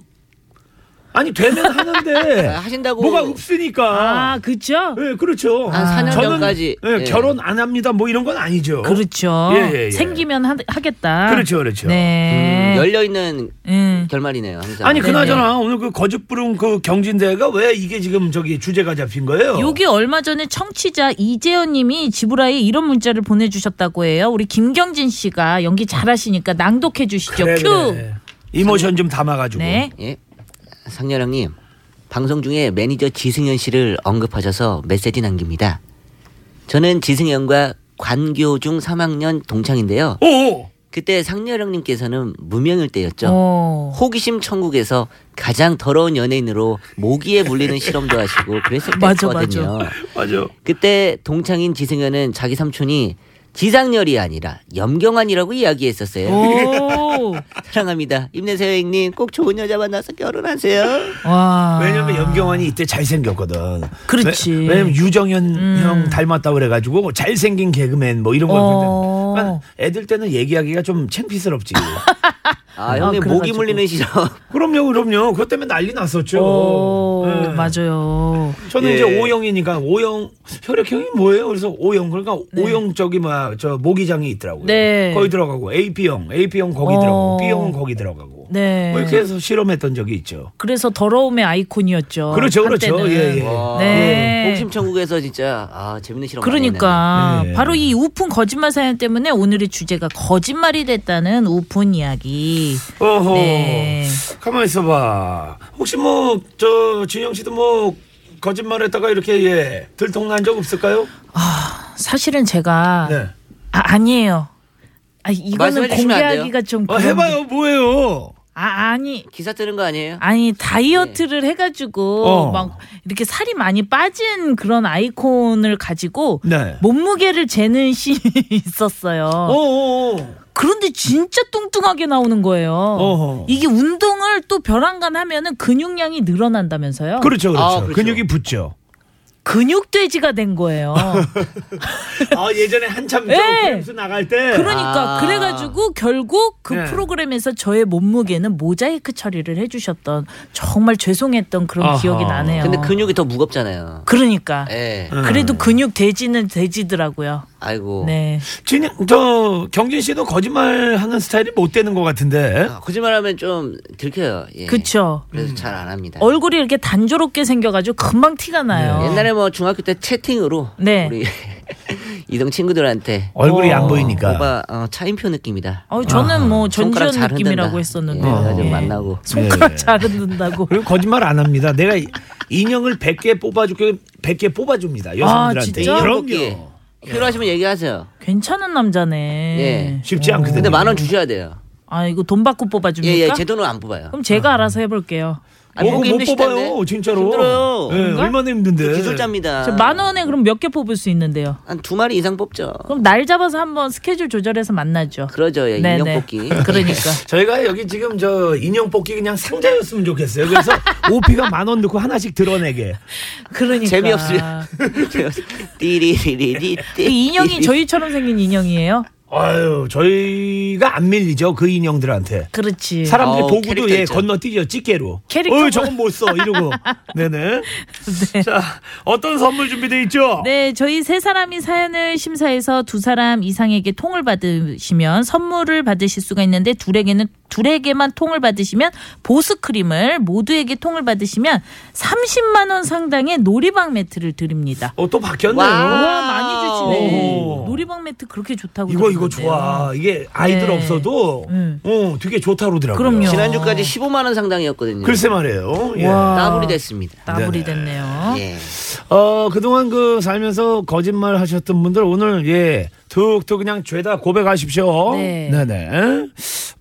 A: 아니, 되면 하는데.
I: 아, *laughs* 하신다고
A: 뭐가 없으니까.
E: 아 그죠?
A: 예, 그렇죠.
I: 한 4년
A: 저는
I: 전까지.
A: 예,
I: 예.
A: 결혼 안 합니다. 뭐 이런 건 아니죠.
E: 그렇죠.
A: 예, 예, 예.
E: 생기면 하, 겠다
A: 그렇죠, 그렇죠.
E: 네.
I: 음, 열려 있는
E: 음.
I: 결말이네요. 항상.
A: 아니 그나저나 오늘 그 거짓 부른 그 경진대회가 왜 이게 지금 저기 주제가 잡힌 거예요?
E: 요게 얼마 전에 청취자 이재현님이 지브라에 이런 문자를 보내주셨다고 해요. 우리 김경진 씨가 연기 잘하시니까 낭독해 주시죠.
A: 그래,
E: 큐.
A: 그래. 이모션 좀 담아가지고.
E: 네.
I: 예. 상렬 형님. 방송 중에 매니저 지승현 씨를 언급하셔서 메시지 남깁니다. 저는 지승현과 관교 중 3학년 동창인데요.
A: 오.
I: 그때 상렬 형님께서는 무명일 때였죠.
E: 어.
I: 호기심 천국에서 가장 더러운 연예인으로 모기에 물리는 실험도 하시고 그랬을
E: 맞아,
I: 때거든요.
A: 맞아.
I: 그때 동창인 지승현은 자기 삼촌이 지상렬이 아니라 염경환이라고 이야기했었어요.
A: *laughs*
E: 오.
I: 사랑합니다. 힘내세요, 형님. 꼭 좋은 여자 만나서 결혼하세요.
E: 와.
A: 왜냐면 염경환이 이때 잘생겼거든.
E: 아. 그렇지. 음.
A: 왜, 냐면 유정현 형 닮았다 그래가지고 잘생긴 개그맨 뭐 이런 걸.
E: 어.
A: 그러니까 애들 때는 얘기하기가 좀
E: *laughs*
A: 창피스럽지.
I: 아, 형님 모기
E: 그래가지고.
I: 물리는 실험.
A: 그럼요, 그럼요. 그것 때문에 난리 났었죠.
E: 오,
A: 예.
E: 맞아요.
A: 저는
I: 예.
A: 이제 오영이니까 오영 혈액형이 뭐예요? 그래서 오영 그러니까 오영 저기 막저 모기장이 있더라고요.
E: 네.
A: 거기 들어가고 AP형, AP형 거기
E: 어.
A: 들어가고 B형은 거기 들어가고.
E: 네.
A: 뭐 이렇게 해서 실험했던 적이 있죠.
E: 그래서 더러움의 아이콘이었죠.
A: 그렇죠, 그렇죠.
E: 한때는.
A: 예, 예.
I: 와,
E: 어, 네.
I: 호기심 천국에서 진짜 아, 재밌는 실험. 많이
E: 그러니까
A: 네.
E: 바로 이 우픈 거짓말 사연 때문에 오늘의 주제가 거짓말이 됐다는 우픈 이야기.
A: 어허.
E: 네.
A: 가만 있어봐. 혹시 뭐 저 진영 씨도 뭐 거짓말했다가 이렇게 예 들통난 적 없을까요?
E: 사실은 제가
A: 네.
E: 아, 아니에요. 아, 이거는
I: 말씀해 주시면 안 돼요?
E: 공개하기가 좀
A: 어, 해봐요, 뭐예요?
E: 아 아니
I: 내놨네요. 기사 뜨는 거 아니에요?
E: 아니 다이어트를 해가지고
A: 네. 어.
E: 막 이렇게 살이 많이 빠진 그런 아이콘을 가지고
A: 네.
E: 뭐- *laughs* 몸무게를 재는 씬이 있었어요.
A: 어, 어, 어.
E: 그런데 진짜 뚱뚱하게 나오는 거예요.
A: 어허.
E: 이게 운동을 또 벼랑간 하면은 근육량이 늘어난다면서요.
A: 그렇죠, 그렇죠.
I: 아, 그렇죠.
A: 근육이 붙죠.
E: 근육돼지가 된
I: *laughs*
E: 거예요.
A: 아 예전에 한참
E: 예. 프로그램에서
A: 나갈 때
E: 그러니까
I: 아.
E: 그래가지고 결국 그
A: 네.
E: 프로그램에서 저의 몸무게는 모자이크 처리를 해주셨던 정말 죄송했던 그런
A: 아하.
E: 기억이 나네요.
I: 근데 근육이 더 무겁잖아요.
E: 그러니까
I: 예.
A: 아. 음.
E: 그래도 근육 돼지는 돼지더라고요.
I: 아이고.
E: 네.
A: 진영 저 경진 씨도 거짓말하는 스타일이 못 되는 것 같은데.
I: 아, 거짓말하면 좀 들켜요. 예.
E: 그쵸. 음.
I: 그래서 잘 안 합니다.
E: 얼굴이 이렇게 단조롭게 생겨가지고 금방 티가 나요.
I: 옛날에 뭐 중학교 때 채팅으로
E: 네.
I: 우리 *laughs* 이동 친구들한테
A: 얼굴이
E: 어,
A: 안 보이니까.
I: 오빠 어, 차인표 느낌이다.
E: 어, 저는 뭐 전지현
I: 손가락 잘
E: 느낌이라고
I: 흔든다.
E: 했었는데. 네.
I: 예,
A: 나중에
I: 만나고.
E: 손가락
A: 예.
E: 잘
I: *laughs*
E: 흔든다고.
A: 그리고 거짓말 안 합니다. 내가 인형을 100개 뽑아줄게 100개 뽑아줍니다. 여성들한테.
E: 진짜?
I: 뽑기.
A: 예, 그럼요.
I: 필요하시면 얘기하세요.
E: 괜찮은 남자네.
I: 예.
A: 쉽지 않거든요.
I: 근데 만 원 주셔야 돼요.
E: 아 이거 돈 받고 뽑아줍니까?
I: 예예, 제 돈으로 안 뽑아요.
E: 그럼 제가 알아서 해볼게요.
I: 아니,
A: 어, 그거
I: 보기
A: 못
I: 힘드실 텐데.
A: 뽑아요, 진짜로.
I: 힘들어요.
A: 예,
E: 그런가?
A: 얼마나 힘든데.
I: 기술자입니다.
E: 저 만 원에 그럼 몇 개 뽑을 수 있는데요?
I: 한 두 마리 이상 뽑죠.
E: 그럼 날 잡아서 한번 스케줄 조절해서 만나죠.
I: 그러죠, 예,
E: 네네.
I: 인형
E: *laughs*
I: 뽑기. *laughs*
E: 그러니까.
A: 저희가 여기 지금 저 인형 뽑기 그냥 상자였으면 좋겠어요.
I: *laughs*
A: 그래서 오피가 만 원 넣고 하나씩 드러내게.
E: 그러니까.
I: 재미없으면 *laughs* 띠리리리리
E: 그
I: *laughs*
E: 인형이 저희처럼 생긴 인형이에요?
A: 아유, 저희가 안 밀리죠 그 인형들한테.
E: 그렇지.
A: 사람들이
I: 어,
A: 보고도
I: 캐릭터
A: 예
I: 있죠.
A: 건너뛰죠 찌개로.
E: 캐릭터가-
A: 어, 저건 못 써
I: *laughs*
A: 이러고. 네네. 자, 어떤 선물 준비돼 있죠?
E: 네, 저희 세 사람이 사연을 심사해서 두 사람 이상에게 통을 받으시면 선물을 받으실 수가 있는데 둘에게는 둘에게만 통을 받으시면 보스 크림을 모두에게 통을 받으시면 30만 원 상당의 놀이방 매트를 드립니다.
A: 어, 또 바뀌었네요.
I: 와우.
E: 와 많이 주시네.
A: 오.
E: 놀이방 매트 그렇게 좋다고
A: 이거 이거
E: 들었는데요.
A: 좋아. 이게 아이들
E: 네.
A: 없어도
E: 음.
A: 어, 되게 좋다 그러더라고요.
E: 그럼요.
I: 지난주까지 15만 원 상당이었거든요.
A: 글쎄 말이에요. 예.
E: 와.
I: 더블이 됐습니다.
E: 따블이 아. 됐네요.
I: 예.
A: 어, 그동안 그 살면서 거짓말 하셨던 분들 오늘 예, 툭툭 그냥 죄다 고백하십시오.
E: 네.
A: 네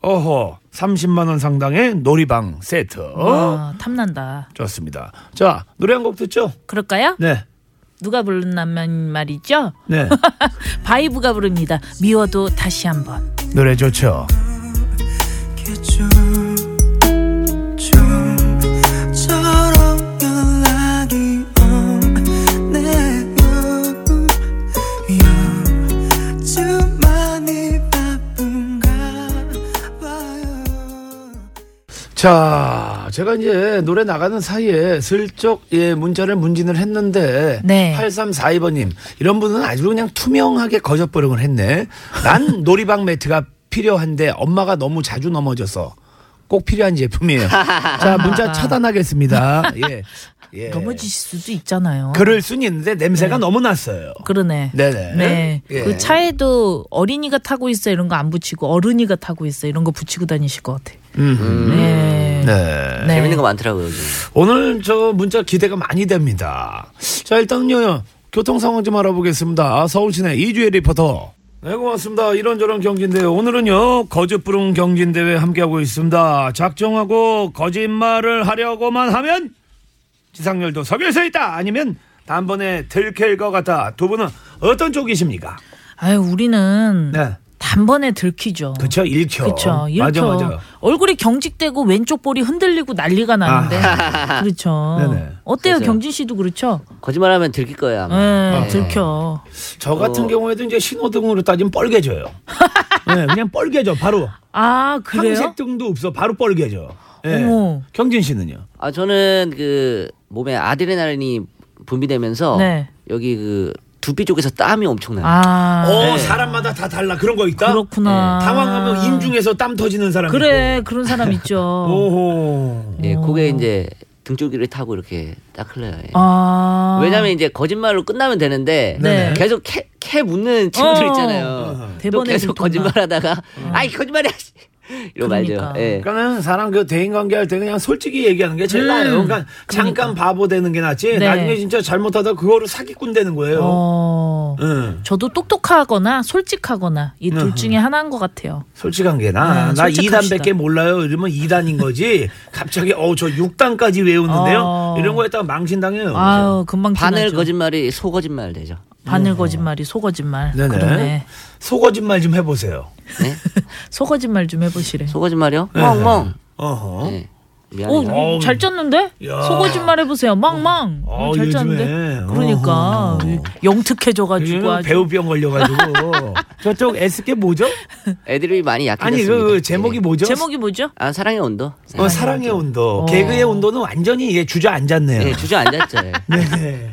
A: 어허, 30만 원 상당의 놀이방 세트.
E: 와, 어, 탐난다.
A: 좋습니다. 자, 노래 한 곡 듣죠?
E: 그럴까요?
A: 네.
E: 누가 부른다면 말이죠. *laughs*
A: 네.
E: 바이브가 부릅니다. 미워도 다시 한번.
A: 노래 좋죠.
D: 좀처럼 연락이 없네요 요즘 많이 바쁜가 봐요
A: 자, 제가 이제 노래 나가는 사이에 슬쩍 예, 문자를 문진을 했는데
E: 네.
A: 8342번님 이런 분은 아주 그냥 투명하게 거절버릇을 했네.
E: *laughs*
A: 난 놀이방 매트가 필요한데 엄마가 너무 자주 넘어져서 꼭 필요한 제품이에요. 자, 문자 차단하겠습니다. 예. 예.
E: 넘어지실 수도 있잖아요.
A: 그럴 순 있는데 냄새가 너무 났어요.
E: 그러네.
A: 네네.
E: 네.
A: 예.
E: 그 차에도 어린이가 타고 있어 이런 거 안 붙이고 어른이가 타고 있어 이런 거 붙이고 다니실 것 같아요. 네.
A: 음, 네.
E: 네.
I: 재밌는 거 많더라고요.
E: *laughs*
I: 요즘.
A: 오늘 저 문자 기대가 많이 됩니다. 자 일단요 교통 상황 좀 알아보겠습니다. 서울 시내 이주혜 리포터. 네 고맙습니다. 이런저런 경기인데 요 오늘은요 거짓 부릉 경진 대회 함께하고 있습니다. 작정하고 거짓말을 하려고만 하면 지상렬도 섭외할 수 있다. 아니면 단번에 들킬 것 같다. 두 분은 어떤 쪽이십니까?
E: 아유, 우리는
A: 네.
E: 단번에 들키죠.
A: 그쵸 일켜.
E: 그쵸.
A: 맞아
E: 이렇죠.
A: 맞아. 아.
E: 얼굴이 경직되고 왼쪽 볼이 흔들리고 난리가 나는데.
A: *laughs*
E: 그렇죠.
A: 네네.
E: 어때요,
I: 그래서요.
E: 경진 씨도 그렇죠?
I: 거짓말하면 들킬 거예요
E: 예,
I: 아마.
E: 들켜.
A: 저 같은
I: 어.
A: 경우에도 이제 신호등으로 따지면 뻘개져요. 네, 그냥 뻘개져 바로.
E: 아, 그래요?
A: 황색 등도 없어 바로 뻘개져. 예.
E: 어머.
A: 경진 씨는요?
I: 아 저는 그 몸에 아드레날린이 분비되면서
E: 네.
I: 여기 그 두피 쪽에서 땀이 엄청나요.
E: 아,
A: 어 사람마다 다 달라 그런 거 있다.
E: 그렇구나.
A: 당황하면 인중에서 땀 터지는 사람.
E: 그래, 그런 사람
A: *laughs*
E: 있죠.
A: 있고. 오호.
I: 예, 그게 이제 등줄기를 타고 이렇게 딱 흘러요. 예.
E: 아.
I: 왜냐면 이제 거짓말로 끝나면 되는데
E: 네네.
I: 계속 캐, 캐 묻는 친구들
E: 어.
I: 있잖아요. 또
E: 대본에
I: 계속
E: 들통나.
I: 거짓말하다가 아이 거짓말이야. 이러고
E: 그러니까.
I: 말죠. 예.
A: 그러니까는 사람 그 대인 관계할 때 그냥 솔직히 얘기하는 게 제일
E: 음.
A: 나아요. 그러니까, 잠깐 바보 되는 게 낫지.
E: 네.
A: 나중에 진짜 잘못하다 그거를 사기꾼 되는 거예요.
E: 어.
A: 응.
E: 저도 똑똑하거나 솔직하거나 이 둘
A: 음.
E: 중에 하나인 것 같아요.
A: 솔직한 게 나.
E: 네,
A: 나
E: 솔직합시다.
A: 2단밖에 몰라요. 이러면 2단인 거지. 갑자기 어 저 6단까지 외우는데요.
E: 어.
A: 이런 거에다가 망신당해요. 네.
E: 아유, 금방
I: 바늘
E: 지나죠.
I: 거짓말이 소 거짓말 되죠.
E: 바늘 거짓말이 소 거짓말.
A: 네네.
E: 그러네.
A: 속거짓말 좀 해보세요.
E: 속거짓말 좀 해보시래.
I: 속거짓말이요?
A: 네.
I: 멍멍.
A: 어허.
I: 네. 미안해요.
E: 오, 음, 잘 짰는데?
A: 야.
E: 속거짓말 해보세요. 망망. 음,
A: 어,
E: 잘
A: 요즘에.
E: 짰는데? 그러니까. 영특해져가지고 아주.
A: 배우병 걸려가지고 그러니까 *laughs* 저쪽 S게 뭐죠?
I: 애드립이 많이
A: 아니
I: 약해졌습니다.
A: 그 제목이
I: 예.
A: 뭐죠?
E: 제목이 뭐죠?
I: 아 사랑의 온도.
A: 어, 사랑의 온도. 개그의 온도는 완전히 예, 주저앉았네요.
I: 네, 주저앉았죠. 예.
A: *laughs* 네.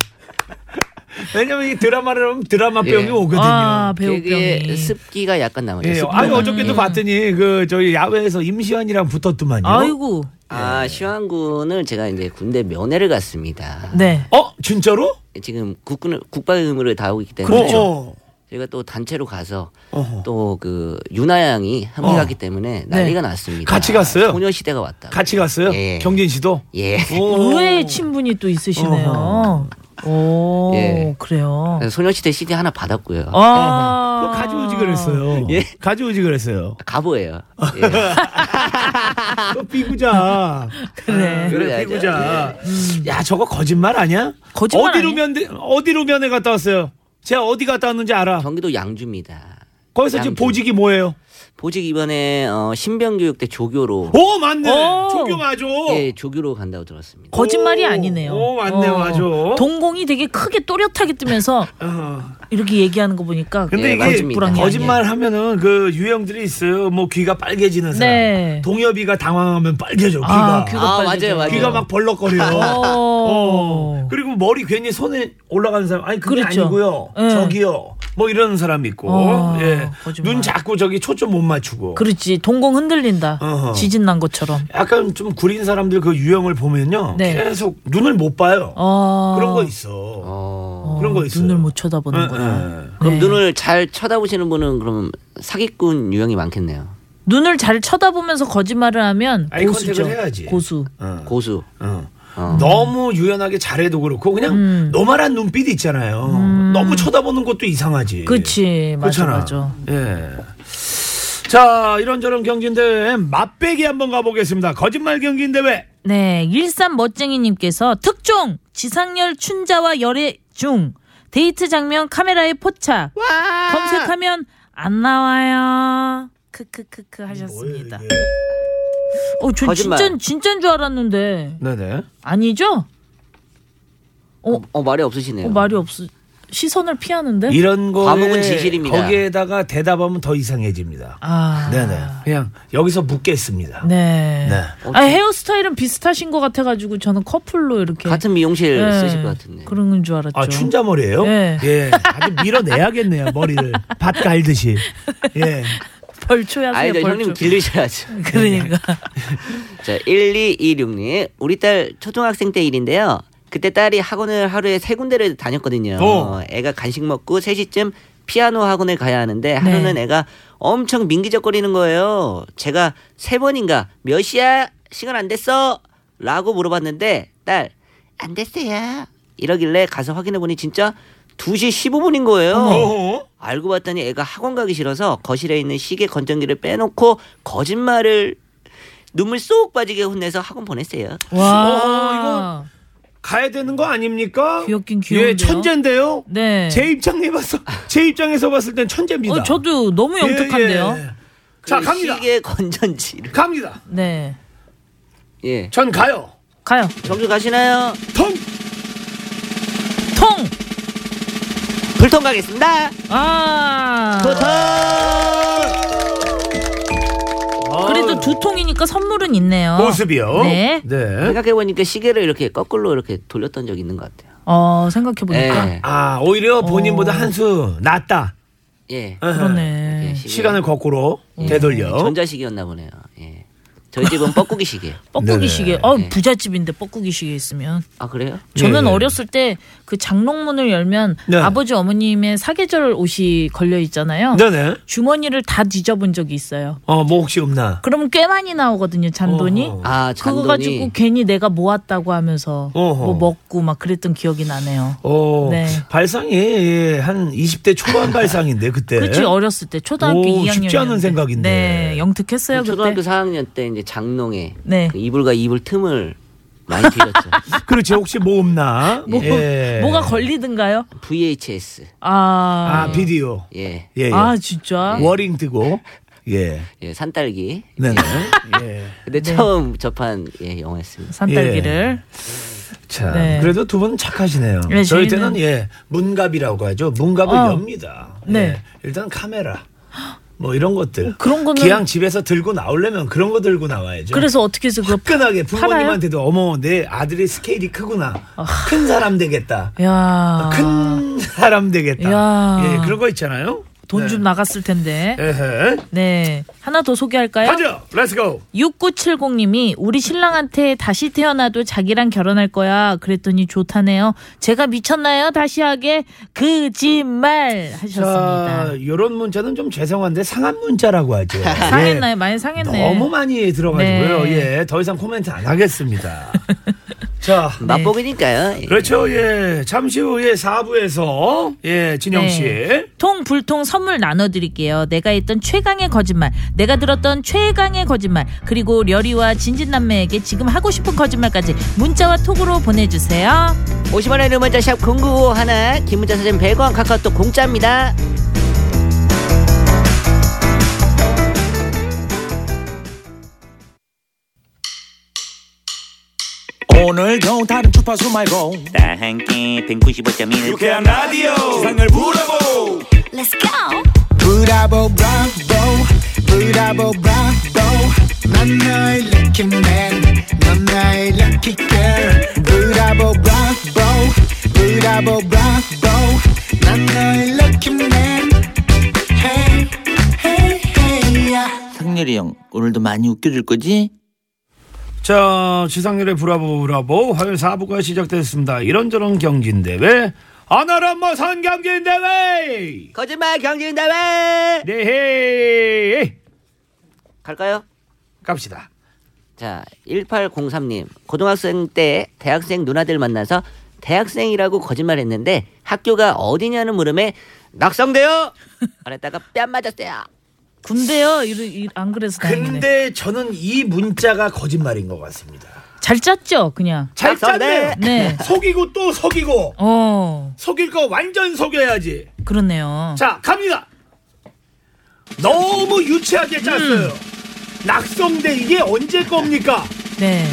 A: 왜냐면 이 드라마를 하면 드라마 병이
I: 예.
A: 오거든요.
E: 아, *laughs* 배우병이.
I: 개그의 습기가 약간 남아요.
A: 예,
I: 습기.
A: 아니 어저께도 봤더니 그 저희 야외에서 임시완이랑 붙었더만요.
E: 아이고.
I: 아 시황군을 제가 이제 군대 면회를 갔습니다.
E: 네.
A: 어 진짜로?
I: 지금 국군을 국방 의무를 다하고 있기 때문에
A: 그렇죠.
I: 저희가 또 단체로 가서
A: 어허.
I: 또 그 유나 양이 함께
A: 어. 네.
I: 가기 때문에 난리가 났습니다.
A: 같이 갔어요?
I: 소녀 시대가 왔다.
A: 같이 갔어요.
I: 예.
A: 경진 씨도.
I: 예.
A: 어.
E: 의외의 친분이 또 있으시네요. 오,
I: 예.
A: 어.
E: 그래요.
I: 그래서 소녀시대 CD 하나 받았고요.
E: 아.
A: 그거 가져오지 그랬어요.
I: 예.
A: 가져오지 그랬어요. 그
I: 가보예요. 예.
A: 너 비구자.
E: 그래.
A: 그래
I: 그래야죠. 예.
A: 비구자. 음. 야 저거 거짓말 아니야?
E: 거짓말
A: 어디로
E: 아니야?
A: 면 어디로 면에 갔다 왔어요? 제가 어디 갔다 왔는지 알아.
I: 경기도 양주입니다.
A: 거기서 지금
I: 양주.
A: 보직이 뭐예요?
I: 보직 이번에 어, 신병교육대 조교로
A: 오 맞네.
E: 오.
A: 조교 맞아.
I: 예, 조교로 간다고 들었습니다.
E: 거짓말이
A: 오,
E: 아니네요. 어.
A: 오, 맞네, 맞아.
E: 동공이 되게 크게 또렷하게 뜨면서
A: 어.
E: 이렇게 얘기하는 거 보니까.
A: 근데
I: 예,
A: 이게
I: 맞습니다.
E: 불안해.
A: 거짓말 하면은 그 유형들이 있어요. 뭐 귀가 빨개지는 사람.
E: 네.
A: 동엽이가 당황하면 빨개져 귀가.
E: 아,
A: 귀가,
E: 귀가
I: 아,
E: 빨개져.
I: 맞아요, 맞아요.
A: 막 벌럭거려. *laughs*
E: 어.
A: 어. 그리고 머리 괜히 손에 올라가는 사람 아니 그게
E: 그렇죠.
A: 아니고요.
E: 예.
A: 저기요. 뭐 이런 사람 있고.
E: 어,
A: 예.
E: 거짓말.
A: 눈 자꾸 저기 초점 못 맞추고.
E: 그렇지. 동공 흔들린다.
A: 어허.
E: 지진 난 것처럼.
A: 약간 좀 구린 사람들 그 유형을 보면요.
E: 네.
A: 계속 눈을 못 봐요.
E: 어.
A: 그런 거 있어.
I: 어,
A: 그런 거 있어요.
E: 눈을 못 쳐다보는
A: 예,
E: 거야.
A: 예.
I: 그럼
E: 네.
I: 눈을 잘 쳐다보시는 분은 그럼 사기꾼 유형이 많겠네요.
E: 눈을 잘 쳐다보면서 거짓말을 하면
A: 아이
E: 고수죠.
A: 컨택을 해야지.
E: 고수.
I: 고수.
A: 어. 너무 유연하게 잘해도 그렇고 그냥
E: 음.
A: 노말한 눈빛 있잖아요. 너무 쳐다보는 것도 이상하지.
E: 그치. 맞아,
A: 예. 그렇잖아.
E: 맞아.
A: 예. 자 이런저런 경진대회 맛배기 한번 가보겠습니다. 거짓말 경진대회.
E: 네, 일산 멋쟁이님께서 특종 지상열 춘자와 열애 중 데이트 장면 카메라에 포착 검색하면 안 나와요. 크크크크 하셨습니다. 어, 저
I: 거짓말.
E: 진짜 진짜인 줄 알았는데
A: 네네.
E: 아니죠?
I: 어, 어, 말이 없으시네요.
A: 음.
E: 어, 말이 없어. 시선을 피하는데.
A: 이런 거
I: 네? 과목은 지질입니다.
A: 거기에다가 대답하면 더 이상해집니다.
E: 아,
A: 네네. 그냥 여기서 묻겠습니다.
E: 네.
A: 네.
E: 아 헤어스타일은 비슷하신 것 같아가지고 저는 커플로 이렇게
I: 같은 미용실
E: 네,
I: 쓰실 것 같은데.
E: 그런 줄 알았죠.
A: 아 춘자 머리예요?
E: 네.
A: 예. 아주 밀어내야겠네요 머리를 밭 갈듯이. 예.
E: 벌초야세요.
I: 아니, 저
A: 네,
E: 벌초.
I: 형님 길르셔야죠.
E: *laughs* 그러니까.
I: 자, 1226님. 우리 딸 초등학생 때 일인데요. 그때 딸이 학원을 하루에 세 군데를 다녔거든요.
A: 어.
I: 애가 간식 먹고 3시쯤 피아노 학원을 가야 하는데
A: 네.
I: 하루는 애가 엄청 민기적거리는 거예요. 제가 세 번인가 몇 시야? 시간 안 됐어? 라고 물어봤는데 딸, 안 됐어요. 이러길래 가서 확인해 보니 진짜 2시 15분인 거예요.
A: 어허.
I: 알고 봤더니 애가 학원 가기 싫어서 거실에 있는 시계 건전기를 빼놓고 거짓말을 눈물 쏙 빠지게 혼내서 학원 보냈어요.
A: 네.
E: 와.
A: 가야 되는 거 아닙니까?
E: 귀엽긴
A: 예,
E: 귀여운데요?
A: 천재인데요.
E: 네.
A: 제 입장에 봐서 제 입장에서 봤을 땐 천재입니다.
E: 어, 저도 너무
A: 예, 예.
E: 영특한데요.
A: 자
I: 그
A: 갑니다.
I: 시계 건전지를.
A: 갑니다.
E: 네.
I: *laughs* 예.
A: 전 가요.
E: 가요.
I: 정주 가시나요?
A: 통.
E: 통.
I: 불통 가겠습니다.
E: 네? 아. 그래도 두 통이니까 선물은 있네요.
A: 아. 모습이요.
E: 네.
I: 생각해 보니까 시계를 이렇게 거꾸로 이렇게 돌렸던 적이 있는 것 같아요.
E: 어, 생각해 보니까
I: 예.
A: 아 오히려 본인보다 한 수 낮다.
I: 예.
E: 그러네.
I: 시계.
A: 시간을 거꾸로
E: 예.
A: 되돌려.
I: 전자시계였나 보네요. 예. 저희 집은
E: *laughs*
I: 뻐꾸기 시계.
E: 뻐꾸기
A: 네네.
E: 시계. 어,
I: 네.
E: 부잣집인데 뻐꾸기 시계 있으면.
I: 아 그래요?
E: 저는
A: 예.
E: 어렸을 때 그 장롱문을 열면
A: 네.
E: 아버지 어머님의 사계절 옷이 걸려 있잖아요.
A: 네네.
E: 주머니를 다 뒤져본 적이 있어요.
A: 어뭐 혹시 없나?
E: 그러면 꽤 많이 나오거든요, 잔돈이.
A: 어허.
I: 아 잔돈이.
E: 그거 가지고 괜히 내가 모았다고 하면서
A: 어허.
E: 뭐 먹고 막 그랬던 기억이 나네요.
A: 어
E: 네.
A: 발상이 예, 한 20대
E: *laughs*
A: 초반 발상인데 그때.
E: 그렇지 어렸을 때 초등학교
A: 네. 오,
E: 2학년
A: 쉽지 않은 생각인데.
E: 네 영특했어요
I: 초등학교
E: 그때
I: 4학년 때 이제 장롱에
E: 네.
I: 그 이불과 이불 틈을 많이
E: *laughs*
I: 뒤졌죠.
A: 그렇지 혹시 뭐 없나?
E: 뭐,
A: 예.
E: 뭐가 걸리든가요
I: VHS.
E: 아,
A: 아 비디오.
I: 예.
A: 예. 예.
E: 아, 진짜
A: 워링 뜨고 예.
I: 예, 산딸기.
A: 네네.
E: *laughs* 네.
I: 근데 처음 접한 예, 영화였습니다.
E: 산딸기를.
A: 예. 자,
E: 네.
A: 그래도 두 분 착하시네요.
E: 네,
A: 저희
E: 저희는-
A: 때는 예 문갑이라고 하죠. 문갑을
E: 어.
A: 엽니다.
E: 네.
A: 예, 일단 카메라. 뭐 이런 것들.
E: 그런 거는-
A: 기왕 집에서 들고 나오려면 그런 거 들고 나와야죠.
E: 그래서 어떻게 해서 그거
A: 화끈하게
E: 팔아요? 아.
A: 부모님한테도 어머 내 아들이 스케일이 크구나. 큰 사람 되겠다.
E: 야.
A: 큰 사람 되겠다.
E: 아. 야.
A: 예, 그런 거 있잖아요.
E: 돈 좀 나갔을 텐데.
A: 네. 에헤.
E: 네. 하나 더 소개할까요?
A: 가죠. 렛츠고.
E: 6970님이 우리 신랑한테 다시 태어나도 자기랑 결혼할 거야. 그랬더니 좋다네요. 제가 미쳤나요? 다시 하게 거짓말
A: 자,
E: 하셨습니다.
A: 요런 문자는 좀 죄송한데 상한 문자라고 하죠. 예.
E: *laughs* 상했나요? 많이 상했네.
A: 너무 많이 들어가지고요.
E: 네.
A: 예, 더 이상 코멘트 안
E: *laughs*
A: 하겠습니다. 자,
E: 네.
I: 맛보기니까요. 예.
A: 그렇죠. 예, 잠시 후에 4부에서 예, 진영
E: 네.
A: 씨.
E: 통 불통 선물 나눠드릴게요. 내가 했던 최강의 거짓말, 내가 들었던 최강의 거짓말, 그리고 려리와 진진남매에게 지금 하고 싶은 거짓말까지 문자와 톡으로 보내주세요.
I: 50원의 유문자 샵 0955 하나, 긴 문자 사진 100원, 카카오톡 공짜입니다.
K: 오늘도 다른 주파수 말고 다 함께 195.1 유쾌한 라디오 세상을 부라보
J: Let's go.
L: 브라보 브라보 브라보 브라보 넌 나의 lucky man 넌 나의 lucky girl 브라보 브라보 브라보 브라보 넌 나의 lucky man hey hey hey yeah.
K: 상렬이 형 오늘도 많이 웃겨줄 거지?
A: 자, 지상렬의 브라보 브라보 화요일 4부가 시작됐습니다. 이런저런 경기인 대회. 아나란 뭐 선경기인 대회.
I: 거짓말 경쟁 대회.
A: 네.
I: 갈까요?
A: 갑시다.
I: 자, 1803님. 고등학생 때 대학생 누나들 만나서 대학생이라고 거짓말했는데 학교가 어디냐는 물음에 낙성대요. 말했다가 뺨 맞았대요.
E: 네. 군대요? 이러, 이- 안 그래서 다행이네.
A: 근데 저는 이 문자가 거짓말인 것 같습니다.
E: 잘 짰죠, 그냥.
A: 잘 짰네.
E: 네.
A: 속이고 또 속이고.
E: 어.
A: 속일 거 완전 속여야지.
E: 그렇네요.
A: 자 갑니다. 너무
E: 음.
A: 유치하게 짰어요. 낙성대 이게 언제 겁니까?
E: 네.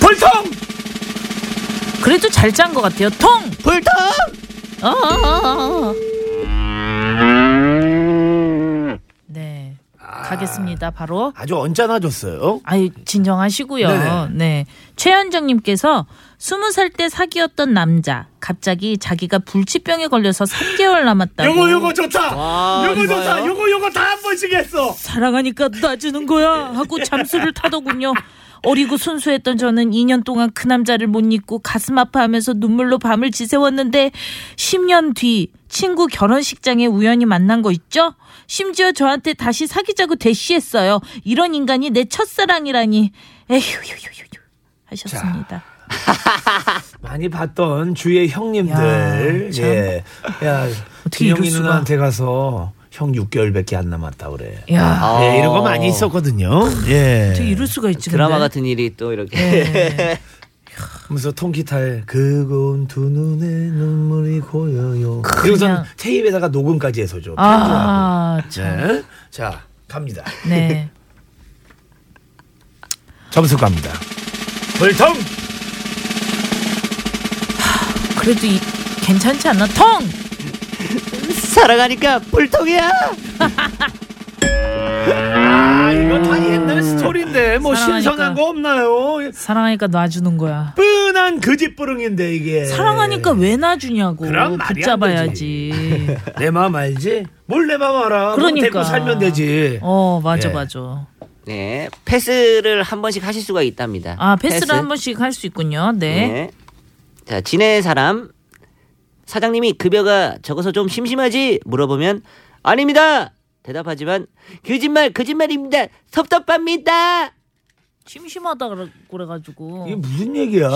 A: 불통.
E: 그래도 잘 짠 것 같아요. 통.
I: 불통.
E: 어. 어, 어. 네. 가겠습니다. 바로.
A: 아주 언짢아졌어요.
E: 아유 진정하시고요.
A: 네네.
E: 네 최현정님께서 스무 살 때 사귀었던 남자 갑자기 자기가 불치병에 걸려서 3개월 남았다고.
A: 요거 요거 좋다.
E: 와,
A: 요거 좋다.
E: 좋아요.
A: 요거 요거 다 한 번씩 했어.
E: 사랑하니까 놔주는 거야 하고 잠수를 타더군요. 어리고 순수했던 저는 2년 동안 그 남자를 못 잊고 가슴 아파하면서 눈물로 밤을 지새웠는데 10년 뒤 친구 결혼식장에 우연히 만난 거 있죠? 심지어 저한테 다시 사귀자고 대시했어요. 이런 인간이 내 첫사랑이라니. 에휴유유유 하셨습니다.
A: 많이 봤던 주위의 형님들.
E: 야, 참.
A: 예. 야
E: 어떻게 이럴
A: 진영이
E: 수가.
A: 누나한테 가서 형 6개월밖에 안 남았다 그래.
E: 야.
A: 예, 이런 거 많이 있었거든요. 예.
E: 어떻게 이럴 수가 있지?
I: 드라마
E: 근데?
I: 같은 일이 또 이렇게.
E: 네.
I: *laughs*
A: 하면서 통기타에 그건 두 눈에 눈물이 고여요. 그리고선 테이프에다가 녹음까지 해서 좀.
E: 아, 참.
A: 네. 자 갑니다.
E: 네.
A: 점수 갑니다. 불통.
E: 그래도 이, 괜찮지 않나? 통!
I: 사랑하니까 불통이야.
A: 아 이거 다 옛날 스토리인데 뭐
E: 음. 사랑하니까.
A: 신선한 거 없나요?
E: 사랑하니까 놔주는 거야.
A: 뻔한 거짓부릉인데 이게.
E: 네. 사랑하니까 왜 놔주냐고
A: 그럼 말이 안
E: 붙잡아야지.
A: 내 마음 알지? 뭘 내 마음 알아? 그럼
E: 그러니까.
A: 데리고 살면 되지.
E: 어 맞아
A: 예.
E: 맞아.
I: 네, 패스를 한 번씩 하실 수가 있답니다.
E: 아 패스를
I: 패스.
E: 한 번씩 할 수 있군요. 네.
I: 네. 자, 지네 사람 사장님이 급여가 적어서 좀 심심하지 물어보면 아닙니다. 대답하지만 거짓말 거짓말입니다. 섭섭합니다.
E: 심심하다 그래- 그래가지고.
A: 이게 무슨
E: *laughs*
A: 얘기야?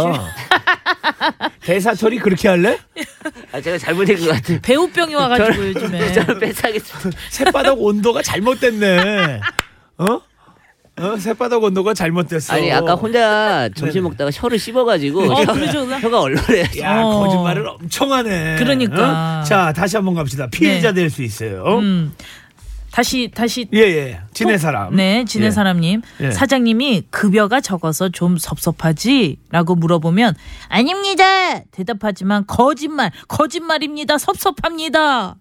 A: 대사 처리 그렇게 할래?
I: 아, 제가 잘못된 것 같아요.
E: 배우병이
A: *laughs*
E: 와가지고 요즘에. 어,
I: 저는
E: 그렇죠.
I: 패스하겠습니다.
A: 새바닥 온도가 잘못됐네. 어? 어? 새바닥 온도가 잘못됐어.
I: 아니, 아까 혼자 점심 먹다가 혀를 씹어가지고
E: 어,
I: 혀가,
E: 그러죠, 그럼?
I: 혀가 얼얼해서
A: 야
E: 어.
A: 거짓말을 엄청 하네.
E: 그러니까. 네.
A: 어? 자 다시 한번 갑시다. 피해자 될 수 있어요.
E: 음. 다시 다시
A: 예예 지네
E: 통-
A: 사람
E: 네 지네
A: 예.
E: 사람님
A: 예.
E: 사장님이 급여가 적어서 좀 섭섭하지라고 물어보면 아닙니다 대답하지만 거짓말 거짓말입니다 섭섭합니다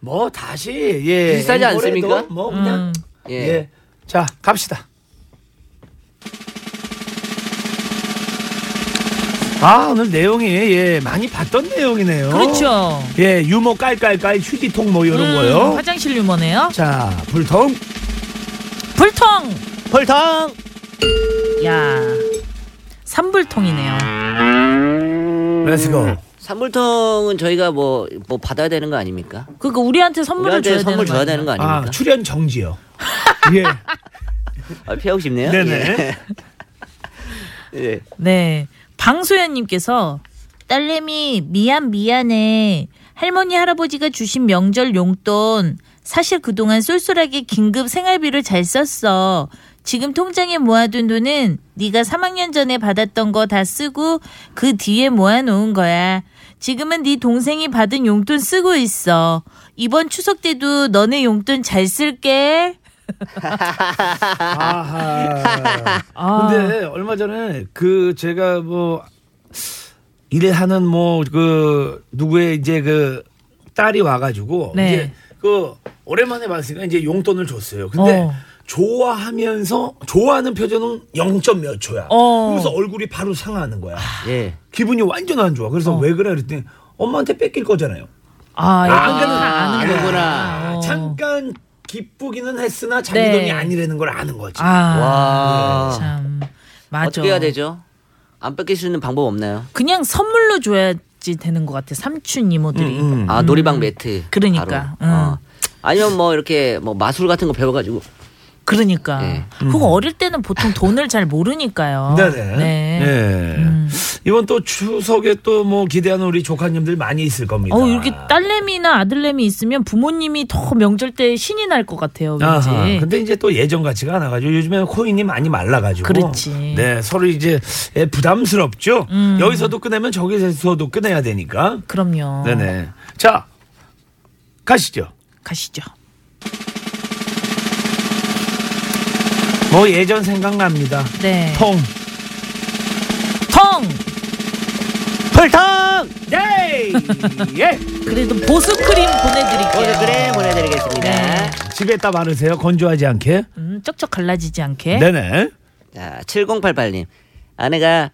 A: 뭐 다시 예
E: 비싸지
A: 올해도
E: 않습니까?
A: 뭐
E: 음.
A: 그냥 예. 자 갑시다. 아 오늘 내용이 예 많이 봤던 내용이네요.
E: 그렇죠. 음,
A: 예 유머 깔깔깔 휴지통 뭐 이런 거요.
E: 화장실 유머네요
A: 자 불통
E: 불통
I: 불통
E: 야 삼불통이네요
A: 렛츠고
I: 산불통은 저희가 뭐, 뭐 받아야 되는 거 아닙니까?
E: 그러니까 우리한테 선물을
I: 우리한테
E: 줘야
I: 선물
E: 되는
I: 줘야 되는 거 아닙니까?
A: 아 출연 정지요. 예.
I: 아, 피하고 싶네요.
A: 네네.
I: 예. 예.
E: 네. 방소연님께서 딸내미 미안 미안해. 할머니 할아버지가 주신 명절 용돈 사실 그동안 쏠쏠하게 긴급 생활비를 잘 썼어. 지금 통장에 모아둔 돈은 네가 3학년 전에 받았던 거 다 쓰고 그 뒤에 모아놓은 거야. 지금은 네 동생이 받은 용돈 쓰고 있어. 이번 추석 때도 너네 용돈 잘 쓸게.
A: 아하. 근데 얼마 전에 그 제가 뭐 일하는 뭐 그 누구의 이제 그 딸이 와가지고
E: 네.
A: 이제 그 오랜만에 봤으니까 이제 용돈을 줬어요. 근데
E: 어.
A: 좋아하면서 좋아하는 표정은 0점 몇 초야.
E: 어.
A: 그래서 얼굴이 바로 상하는 거야.
I: 예.
A: 기분이 완전 안 좋아. 그래서 왜 그래 그랬더니 엄마한테 뺏길 거잖아요.
E: 아,
A: 안
E: 이거 다 아는 거구나. 어.
A: 잠깐 기쁘기는 했으나 자기
E: 네.
A: 돈이 아니라는 걸 아는 거지.
E: 아,
I: 와.
A: 어.
E: 참. 맞아.
I: 어떻게 해야 되죠? 안 뺏길 수 있는 방법 없나요?
E: 그냥 선물로 줘야지 되는 것 같아. 삼촌
A: 음,
E: 이모들이.
I: 아 놀이방 매트.
E: 그러니까.
I: 바로.
E: 음.
I: 어. 아니면 뭐 이렇게 뭐 마술 같은 거 배워가지고.
E: 그러니까.
I: 예.
E: 그거 어릴 때는 보통 돈을 잘
A: 음.
E: 모르니까요.
A: *laughs* 네네.
E: 네.
A: 예. 이번 또 추석에 또 뭐 기대하는 우리 조카님들 많이 있을 겁니다.
E: 어 이렇게 딸내미나 아들내미 있으면 부모님이 더 명절 때 신이 날 것 같아요. 왠지.
A: 아하, 근데 이제 또 예전 같지가 않아가지고 요즘에는 코인이 많이 말라가지고.
E: 그렇지. 음.
A: 네, 서로 이제 예, 부담스럽죠. 여기서도 끊으면 저기서도 끊어야 되니까.
E: 그럼요.
A: 네네. 자, 가시죠.
E: 가시죠.
A: 뭐 예전 생각납니다.
E: 네.
A: 통.
E: 텅.
I: 펄탕.
A: 네. 예.
E: 그래도 보스 크림 보내드릴게요.
I: 오늘 그래 보내드리겠습니다.
E: 네.
A: 집에다 바르세요. 건조하지 않게.
E: 음, 쩍쩍 갈라지지 않게.
A: 네네.
I: 자 7088님 아내가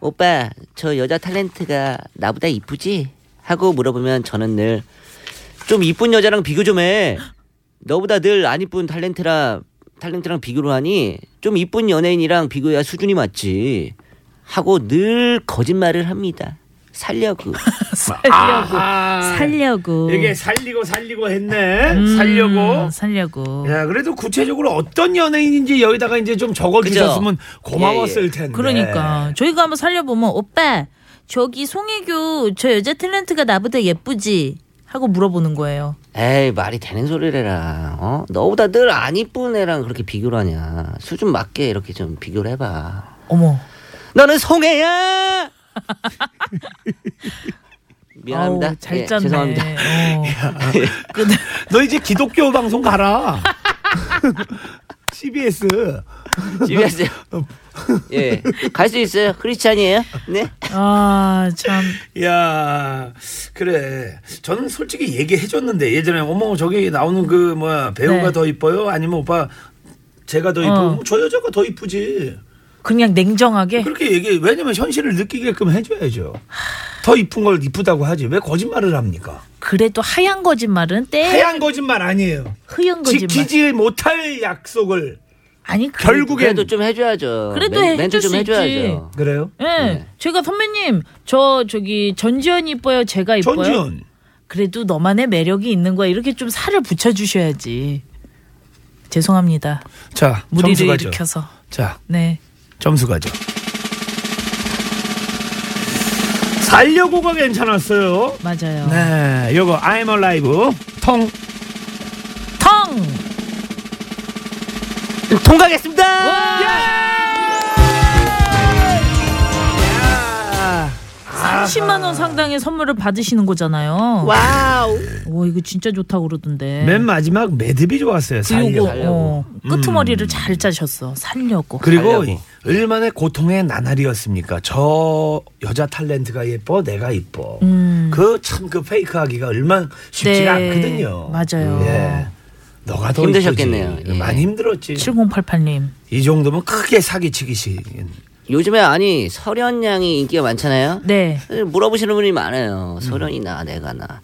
I: 오빠 저 여자 탤런트가 나보다 이쁘지? 하고 물어보면 저는 늘 좀 이쁜 여자랑 비교 좀 해. 너보다 늘 안 이쁜 탤런트랑 탤런트랑 비교를 하니 좀 이쁜 연예인이랑 비교해야 수준이 맞지. 하고 늘 거짓말을 합니다. 살려고.
E: 살려고.
A: 아하.
E: 살려고.
A: 이게 살리고 살리고 했네. 살려고.
E: 음, 살려고.
A: 야, 그래도 구체적으로 어떤 연예인인지 여기다가 이제 좀 적어주셨으면 고마웠을 텐데.
E: 예, 그러니까
A: 네.
E: 저희가 한번 살려보면 오빠 저기 송혜교 저 여자 탤런트가 나보다 예쁘지 하고 물어보는 거예요.
I: 에이 말이 되는 소리를 해라. 어? 너보다 늘 안 이쁜 애랑 그렇게 비교를 하냐. 수준 맞게 이렇게 좀 비교를 해봐.
E: 어머. *laughs*
I: 너는 송혜야. 미안합니다.
E: 아우, 잘
I: 예,
E: 짰네.
I: 죄송합니다. *laughs*
E: 어.
A: 너 이제 기독교 방송 가라. *laughs* CBS.
I: 집에 가세요. 예, 갈 수 있어요. 크리스찬이에요. 네.
E: 아 참.
A: 야, 그래. 저는 솔직히 얘기해줬는데 예전에 어머 저기 나오는 그 뭐야 배우가
E: 네.
A: 더 이뻐요? 아니면 오빠 제가 더 이뻐?
E: 어.
A: 요저 여자가 더 이쁘지.
E: 그냥 냉정하게.
A: 그렇게 얘기해. 왜냐면 현실을 느끼게끔 해줘야죠. 더 이쁜 걸 이쁘다고 하지. 왜 거짓말을 합니까?
E: 그래도 하얀 거짓말은 때
A: 하얀 거짓말 아니에요.
E: 흐연 예. 거짓말.
A: 지키지 못할 약속을
E: 아니 그-
A: 결국엔
I: 그래도 좀 해줘야죠.
E: 그래도
I: 멘-
E: 해줄
I: 멘트 좀
E: 수 있지.
I: 해줘야죠.
A: 그래요?
E: 예.
A: 네.
E: 제가 선배님 저 저기 전지현 이뻐요. 제가 이뻐요.
A: 전지현
E: 그래도 너만의 매력이 있는 거야. 이렇게 좀 살을 붙여 주셔야지. 죄송합니다.
A: 자 점수
E: 무리를
A: 가죠.
E: 일으켜서.
A: 자
E: 네.
A: 점수 가죠. 살려고가 괜찮았어요.
E: 맞아요.
A: 네, 요거 I'm Alive 통
E: 텅!
I: 통과하겠습니다.
E: 와!
A: 아,
E: 30만 원 상당의 선물을 받으시는 거잖아요.
I: 예! 와우.
E: 와 이거 진짜 좋다고 그러던데.
A: 맨 마지막 매듭이 좋았어요.
E: 그리고
A: 살려고.
E: 어,
I: 음.
E: 끄트머리를 잘 짜셨어. 살려고.
A: 그리고 얼마나 고통의 나날이었습니까? 저 여자 탤런트가 예뻐, 내가 이뻐. 그 참 그 페이크하기가 얼마나 쉽지가
E: 음. 네,
A: 않거든요.
E: 맞아요.
A: 예. 너가 더
I: 힘드셨겠네요. 예.
A: 이쁘지. 많이 힘들었지.
E: 7088님.
A: 이 정도면 크게 사기치기시.
I: 요즘에 아니 설현 양이 인기가 많잖아요.
E: 네. 음.
I: 물어보시는 분이 많아요. 설현이 나 내가 나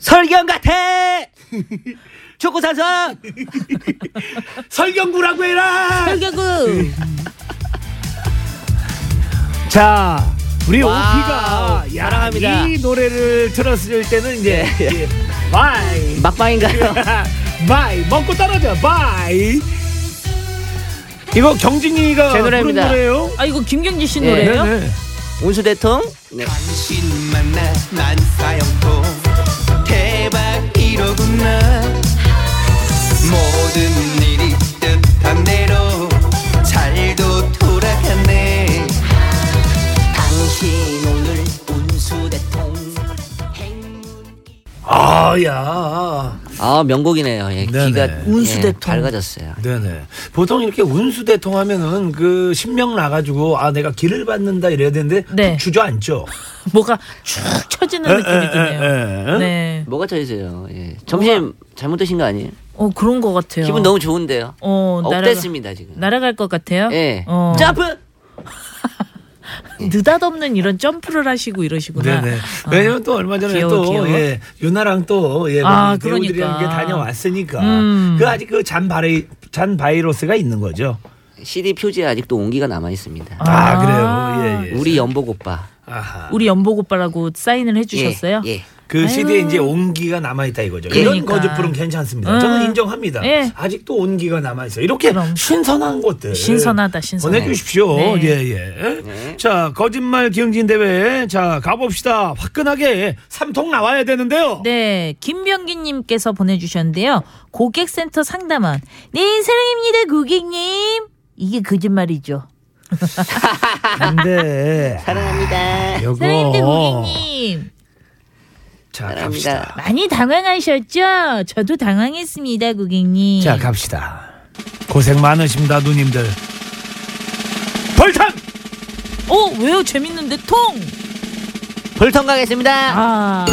I: 설경 같아.
E: *laughs*
I: 초코사서
A: 설경구라고 해라. 음.
E: 설경구.
A: 자, 우리
B: 와우,
A: 오피가 야,
B: 사랑합니다.
A: 이 노래를 들었을 때는 이제 예. 바이
I: *laughs* 막방인가요?
A: 바이 먹고 떨어져 바이. 이거 경진이가
I: 제
A: 부른
I: 노래입니다.
A: 노래예요?
E: 아 이거 김경진 씨
I: 예.
E: 노래예요?
I: 네네. 운수 대통. 네.
B: 당신만 나난 사형통 대박 이로구나 모든 일이 뜻한 대로 잘도 돌아갔네 당신 오늘 운수 대통
A: 아, 아야.
I: 아 명곡이네요. 예,
A: 네네.
I: 귀가
A: 운수
I: 예,
A: 대통.
I: 밝아졌어요.
A: 네네. 보통 이렇게 운수 대통하면은 그 신명 나가지고 아 내가 길을 받는다 이래야 되는데 푹 주저앉죠.
E: 뭐가 쭉 쳐지는 느낌이 드네요.
A: 예,
E: 네.
I: 뭐가 저이세요? 예. 점심 잘못 드신 거 아니에요?
E: 어 그런 것 같아요.
I: 기분 너무 좋은데요.
E: 어 날아가-
I: 업됐습니다 지금.
E: 날아갈 것 같아요.
I: 예.
E: 어.
I: 점프.
E: *laughs* 느닷없는 이런 점프를 하시고 이러시구나. 어.
A: 네네. 왜냐면 또 얼마 전에
E: 귀여워,
A: 또
E: 귀여워.
A: 예, 유나랑 또 예,
E: 아,
A: 많은 배우들이랑
E: 그러니까.
A: 이렇게 다녀왔으니까
E: 음.
A: 그 아직 그 잔 바이 잔 바이러스가 있는 거죠.
I: CD 표지에 아직도 온기가 남아 있습니다.
A: 아, 그래요. 예, 예.
I: 우리 연복 오빠.
A: 아하.
E: 우리 연복 오빠라고 사인을 해주셨어요.
I: 예. 예.
A: 그
E: 아유.
A: CD에 이제 온기가 남아 있다 이거죠.
E: 예.
A: 이런
E: 그러니까.
A: 거짓부은 괜찮습니다.
E: 음.
A: 저는 인정합니다.
E: 예.
A: 아직도 온기가 남아 있어요. 이렇게 신선한 것들
E: 신선하다, 신선해.
A: 보내주십시오.
E: 네.
A: 예, 예. 자, 거짓말 기영진 대회. 자, 가봅시다. 화끈하게 삼통 나와야 되는데요.
E: 네, 김병기님께서 보내주셨는데요. 고객센터 상담원. 네, 사랑입니다, 고객님. 이게 거짓말이죠.
A: 근데 *laughs* 사랑합니다.
E: 사랑입니다, 고객님.
A: 자, 갑시다.
E: 많이 당황하셨죠? 저도 당황했습니다, 고객님.
A: 자, 갑시다. 고생 많으십니다, 누님들. 벌탄!
E: 어, 왜요? 재밌는데 통.
I: 불통 가겠습니다.
E: 아,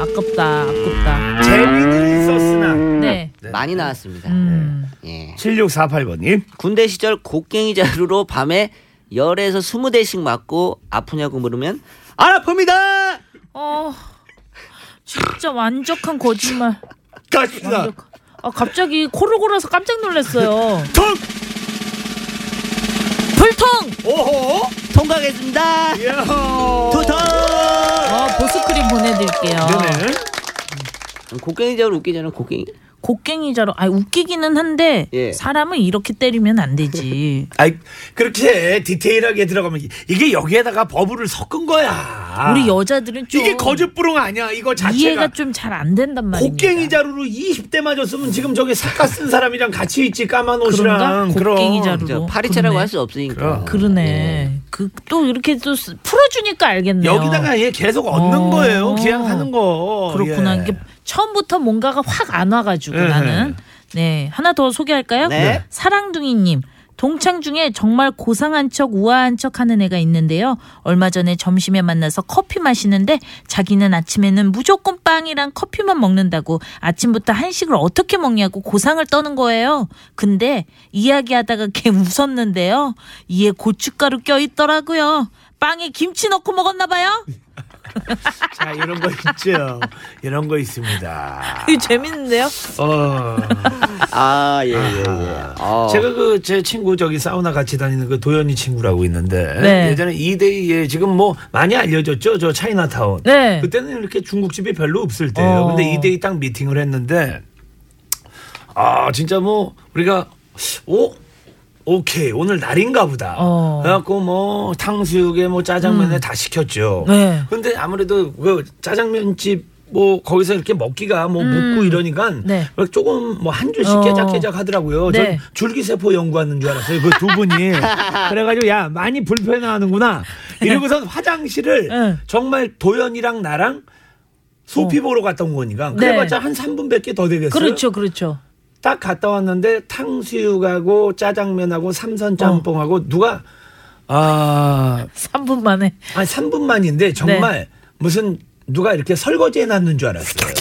E: 아깝다, 아깝다.
A: 재미는 있었으나
E: 네.
I: 많이 나왔습니다.
E: 음.
I: 예.
A: 7648번님.
I: 군대 시절 곡괭이 자루로 밤에 열에서 스무 대씩 맞고 아프냐고 물으면 안 아픕니다.
E: 어, 진짜 완벽한 거짓말.
A: 갑시다.
E: 아, 갑자기 코를 골아서 깜짝 놀랐어요.
A: 통!
E: 불통!
A: 오호!
I: 통과하겠습니다. 두통.
A: 아.
E: 어, 보스크림 보내드릴게요.
A: 네.
I: 곡괭이 자루 웃기잖아. 곡괭이.
E: 곡괭이자로, 아, 웃기기는 한데,
A: 예.
E: 사람을 이렇게 때리면 안 되지.
A: 아이, 그렇게 디테일하게 들어가면 이- 이게 여기에다가 버블을 섞은 거야.
E: 우리 여자들은 좀.
A: 아. 이게 거짓부릉 아니야. 이거 자체가.
E: 이해가 좀 잘 안 된단 말이야.
A: 곡괭이 자루로 20대 맞았으면 지금 저기 사카 쓴 사람이랑 같이 있지 까만 옷이랑
E: 그런가? 곡괭이 자루로.
I: 파리채라고
E: 그러네.
I: 할 수 없으니까.
E: 그러네. 그 또 이렇게 또 쓰- 풀어주니까 알겠네요.
A: 예. 여기다가 얘 계속 얻는
E: 어.
A: 거예요. 그냥 하는 거.
E: 그렇구나.
A: 예.
E: 이게 처음부터 뭔가가 확 안 와가지고
A: 예.
E: 나는. 네. 하나 더 소개할까요?
A: 네.
E: 사랑둥이님. 동창 중에 정말 고상한 척 우아한 척 하는 애가 있는데요. 얼마 전에 점심에 만나서 커피 마시는데 자기는 아침에는 무조건 빵이랑 커피만 먹는다고 아침부터 한식을 어떻게 먹냐고 고상을 떠는 거예요. 근데 이야기하다가 걔 웃었는데요. 이에 고춧가루 껴있더라고요. 빵에 김치 넣고 먹었나봐요. *laughs*
A: 자, 이런 거 있죠. 이런 거 있습니다.
E: 재밌는데요?
A: 어.
I: 아, 예, 어. 예,
A: 제가 그 제 친구 저기 사우나 같이 다니는 그 도현이 친구라고 있는데
B: 네.
A: 예전에 이데이에 지금 뭐 많이 알려졌죠 저 차이나타운
B: 네.
A: 그때는 이렇게 중국집이 별로 없을 때예요
B: 어.
A: 근데 이데이 딱 미팅을 했는데 아 진짜 뭐 우리가 오 오케이 오늘 날인가 보다
B: 어.
A: 그래갖고 뭐 탕수육에 뭐 짜장면에 다 시켰죠
B: 음. 네.
A: 근데 아무래도 그 짜장면집 뭐 거기서 이렇게 먹기가
E: 음.
A: 뭐 묵고 이러니까
B: 네.
A: 막 조금 뭐 한 줄씩
B: 어.
A: 깨작깨작 하더라고요. 전
B: 네.
E: *laughs*
A: 줄기세포 연구하는 줄 알았어요. 그 두 분이. 그래가지고 야 많이 불편해하는구나.
E: 네.
A: 이러고선 화장실을 정말 도연이랑 나랑 소피 보러 갔다 온 거니까 그래봤자
E: 어. 네.
A: 한 3분밖에 더 되겠어요.
E: 그렇죠, 그렇죠.
A: 딱 갔다 왔는데 탕수육하고 짜장면하고
E: 어.
A: 삼선 짬뽕하고 누가 아
E: 3분 만에
A: 아니 3분 만인데 정말
E: 네.
A: 무슨 누가 이렇게 설거지 해놨는 줄 알았어요.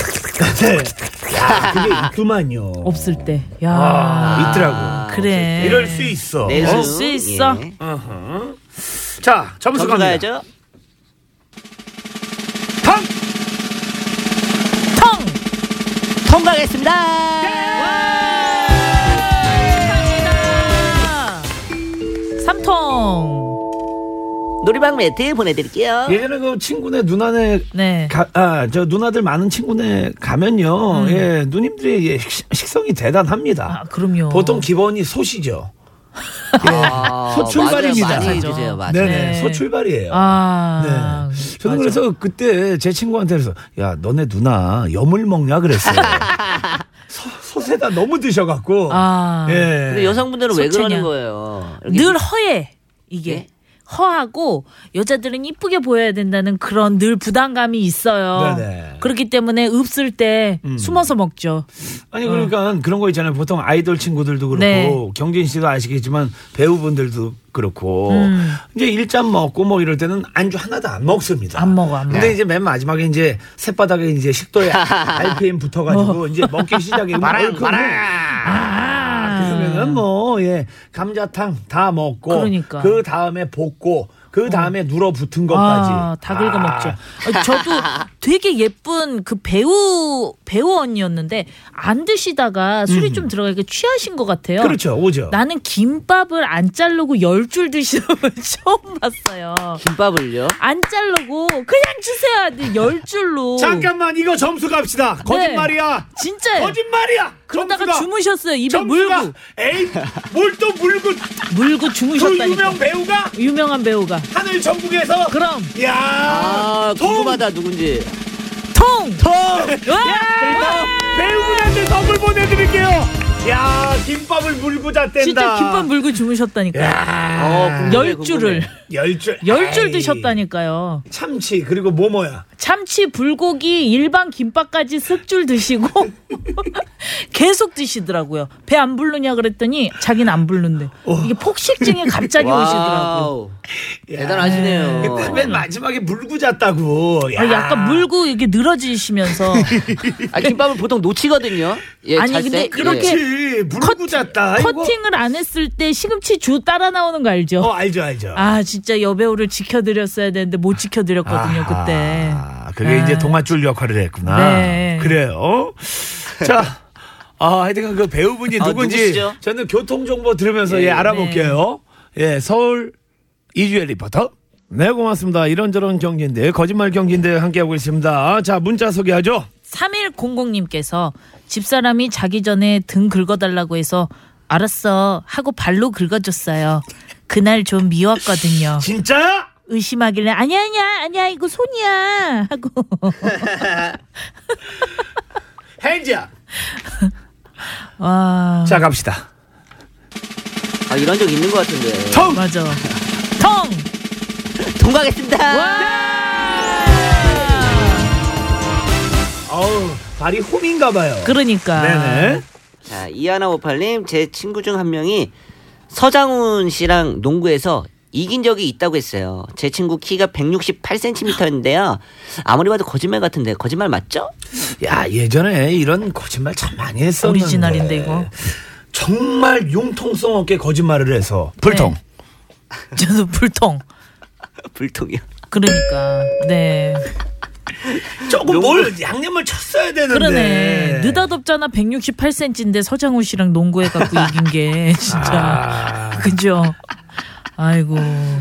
A: *laughs* 네. 야, 그게 있구만요.
E: 없을 때. 야.
A: 아, 있더라고.
E: 그래.
A: 이럴 수 있어.
E: 네, 이럴 수 있어. 예.
A: 어허. 자, 점수
E: 점수
A: 갑니다.
E: 가야죠.
A: 텅!
E: 텅!
I: 통과하겠습니다.
E: 삼통
I: 놀이방 매트 보내드릴게요.
A: 예전에 그 친구네 누나네 가- 아, 저 누나들 많은 친구네 가면요.
E: 음.
A: 예, 누님들의 예, 식- 식성이 대단합니다.
E: 아, 그럼요.
A: 보통 기본이 소시죠. 예,
E: 아,
A: 소출발입니다.
E: 맞아요. 많이 드세요. 맞아요.
A: 네네,
E: 네.
A: 소출발이에요.
E: 아.
A: 네. 저는 그래서 그때 제 친구한테 그래서 야 너네 누나 염을 먹냐 그랬어요.
E: *laughs*
A: 소, 세다 너무 드셔갖고. 예.
E: 아.
I: 근데 여성분들은 왜 그러는 거예요? 이렇게
E: 늘 허해 이게 허하고 여자들은 이쁘게 보여야 된다는 그런 늘 부담감이 있어요.
A: 네네. 음.
E: 그렇기 때문에 없을 때 숨어서 먹죠.
A: 아니 그러니까 그런 거 있잖아요. 보통 아이돌 친구들도 그렇고
E: 어. 네.
A: 경진 씨도 아시겠지만 배우분들도 그렇고
E: 음.
A: 이제 일잔 먹고 뭐 이럴 때는 안주 하나도 안 먹습니다.
E: 안 먹어, 네. 안 먹어.
A: 근데 이제 맨 마지막에 이제 새바닥에 이제
E: *laughs*
A: 식도에 RPM
E: 뭐.
A: 붙어가지고 이제 먹기 시작해.
I: 마랑, 마랑.
A: 아,
E: 아.
A: 그러면은 뭐 예 감자탕 다 먹고
E: 그러니까.
A: 그 다음에 볶고 그 다음에 눌어 붙은 것까지
E: 아, 다 긁어 먹죠.
A: 아.
E: 아, 저도 되게 예쁜 그 배우 배우 언니였는데 안 드시다가 술이 좀 들어가니까 취하신 것 같아요.
A: 음. 그렇죠, 오죠.
E: 나는 김밥을 안 자르고 열 줄 드시는 걸 *laughs* 처음 봤어요.
I: 김밥을요?
E: 안 자르고 그냥 주세요. 하는데 열 줄로.
A: 잠깐만 이거 점수 갑시다. 거짓말이야.
E: 네. 진짜
A: 거짓말이야.
E: 그러다가
A: 점수가.
E: 주무셨어요. 입에
A: 점수가.
E: 물고.
A: 에이, 뭘 또 물고
E: 물고 주무셨다니까.
A: 그 유명 배우가
E: 유명한 배우가
A: 하늘 전국에서
E: 그럼
A: 야
I: 아, 궁금하다 누군지.
E: 통!
I: 통!
A: 아, 배우분한테 선물 보내드릴게요. 야 김밥을 물고 잤댄다.
E: 진짜 김밥 물고 어, 주무셨다니까. 열 줄을
A: 열 줄.
E: 열 줄
A: 아이,
E: 드셨다니까요.
A: 참치 그리고 뭐뭐야.
E: 참치, 불고기, 일반 김밥까지 쓱줄 드시고 *laughs* 계속 드시더라고요. 배 안 부르냐 그랬더니 자기는 안 부른데
A: 어.
E: 이게 폭식증이 갑자기 오시더라고요.
I: 대단하시네요.
A: 그때 맨 마지막에 물고 잤다고. 야.
E: 어. 아, 약간 물고 이게 늘어지시면서
I: 아, 김밥을 보통 놓치거든요. 예,
E: 아니
I: 잘
E: 근데
I: 때.
E: 그렇게
I: 예.
A: 물고 잤다. *laughs* 이거.
E: 커팅을 안 했을 때 시금치 주 따라 나오는 거 알죠?
A: 어 알죠 알죠.
E: 아 진짜 여배우를 지켜드렸어야 되는데 못 지켜드렸거든요
A: 아하.
E: 그때.
A: 아, 그게 이제 동아줄 역할을 했구나.
E: 네.
A: 그래요. 자, 아, 하여튼 그 배우분이
I: 아,
A: 누군지
I: 누구시죠?
A: 저는 교통정보 들으면서
I: 예,
E: 네.
A: 예, 알아볼게요. 예, 서울 이주혜 리포터. 네, 고맙습니다. 이런저런 경기인데, 거짓말 경기인데 함께하고 있습니다. 자, 문자 소개하죠.
E: 3100님께서 집사람이 자기 전에 등 긁어달라고 해서 알았어 하고 발로 긁어줬어요. 그날 좀 미웠거든요.
A: 진짜야?
E: 의심하길래 아니야 아니야 아니야 이거 손이야 하고
A: 헨지야.
E: 와
A: 자, 갑시다.
I: 아, 이런 적 있는 것 같은데.
A: 텅!
E: 맞아. 텅
I: 통과하겠습니다.
A: 어우, 발이 홈인가 봐요.
E: 그러니까
A: 네네.
I: 자, 이하나 오팔님, 제 친구 중 한 명이 서장훈 씨랑 농구에서 이긴 적이 있다고 했어요. 제 친구 키가 168cm인데요. 아무리 봐도 거짓말 같은데 거짓말 맞죠?
A: 야, 예전에 이런 거짓말 참 많이 했었는데.
E: 오리지널인데 이거
A: 정말 융통성 없게 거짓말을 해서. 네. 불통.
E: 저도 불통
I: 불통이요.
E: 그러니까 네
A: 조금 뭘 양념을 쳤어야 되는데.
E: 그러네 느닷없잖아 168cm인데 서장훈 씨랑 농구해 갖고 이긴 게 *laughs*
A: 아.
E: 진짜 그죠 아이고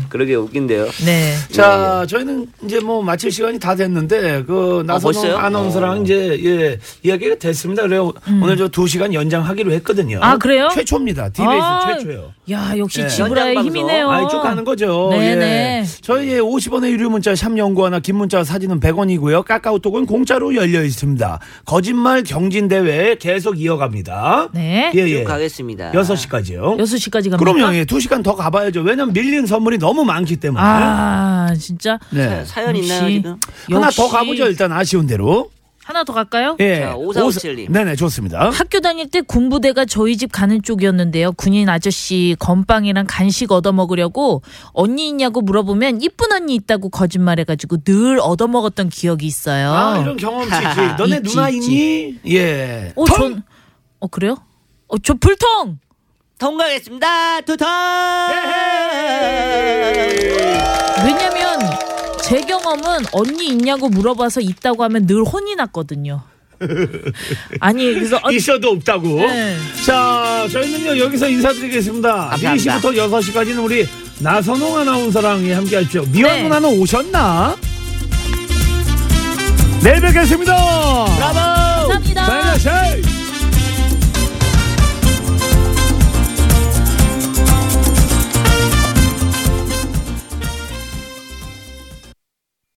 I: 그러게 웃긴데요.
E: 네
A: 자, 저희는 이제 뭐 마칠 시간이 다 됐는데 그
E: 아,
A: 나선홍
I: 벌써요?
E: 어.
A: 아나운서랑 이제 예, 이야기가 됐습니다. 그래요. 오늘 저 두 시간 연장하기로 했거든요.
E: 음. 아, 그래요?
A: 최초입니다. TBS
E: 아,
A: 최초예요.
E: 야 역시
A: 네.
E: 지브라의
I: 연장 방송.
E: 힘이네요.
A: 아니, 쭉 가는 거죠.
E: 네네.
A: 예. 저희의 50원의 유료 문자 샵 연구 하나 긴 문자 사진은 100원이고요. 카카오톡은 공짜로 열려 있습니다. 거짓말 경진 대회 계속 이어갑니다.
E: 네.
A: 예,
I: 쭉
A: 예.
I: 가겠습니다.
A: 6시까지요.
E: 여섯 시까지 갑니다.
A: 그럼요. 예, 2시간 더 가봐야죠. 왜냐면 하지만 밀린 선물이 너무 많기 때문에.
E: 아 진짜
A: 네.
I: 사- 사연 있나요,
E: 역시-
I: 지금?
A: 하나
E: 역시
A: 더 가보죠 일단 아쉬운 대로.
E: 하나 더 갈까요?
A: 예.
I: 오사오칠님.
A: 오사- 네네 좋습니다.
E: 학교 다닐 때 군부대가 저희 집 가는 쪽이었는데요. 군인 아저씨 건빵이랑 간식 얻어 먹으려고 언니 있냐고 물어보면 이쁜 언니 있다고 거짓말해가지고 늘 얻어 먹었던 기억이 있어요.
A: 아 이런 경험치 있지.
I: *laughs*
A: 너네
E: 있지,
A: 누나
E: 있지.
A: 있니? 예.
E: 어,
A: 통!
E: 전, 어 그래요? 어, 저 불통.
I: 통과하겠습니다. 두통.
E: 예! 왜냐면 제 경험은 언니 있냐고 물어봐서 있다고 하면 늘 혼이
I: *laughs*
E: 났거든요. 아니 그래서 언-
A: 있어도 없다고.
E: 네.
A: 자, 저희는요 여기서 인사드리겠습니다.
I: 감사합니다.
A: 2시부터 6시까지는 우리 나선홍 아나운서랑 함께 할죠. 미화
E: 네.
A: 누나는 오셨나? 내일 뵙겠습니다.
I: 브라보.
E: 감사합니다.
A: 잘 가세요.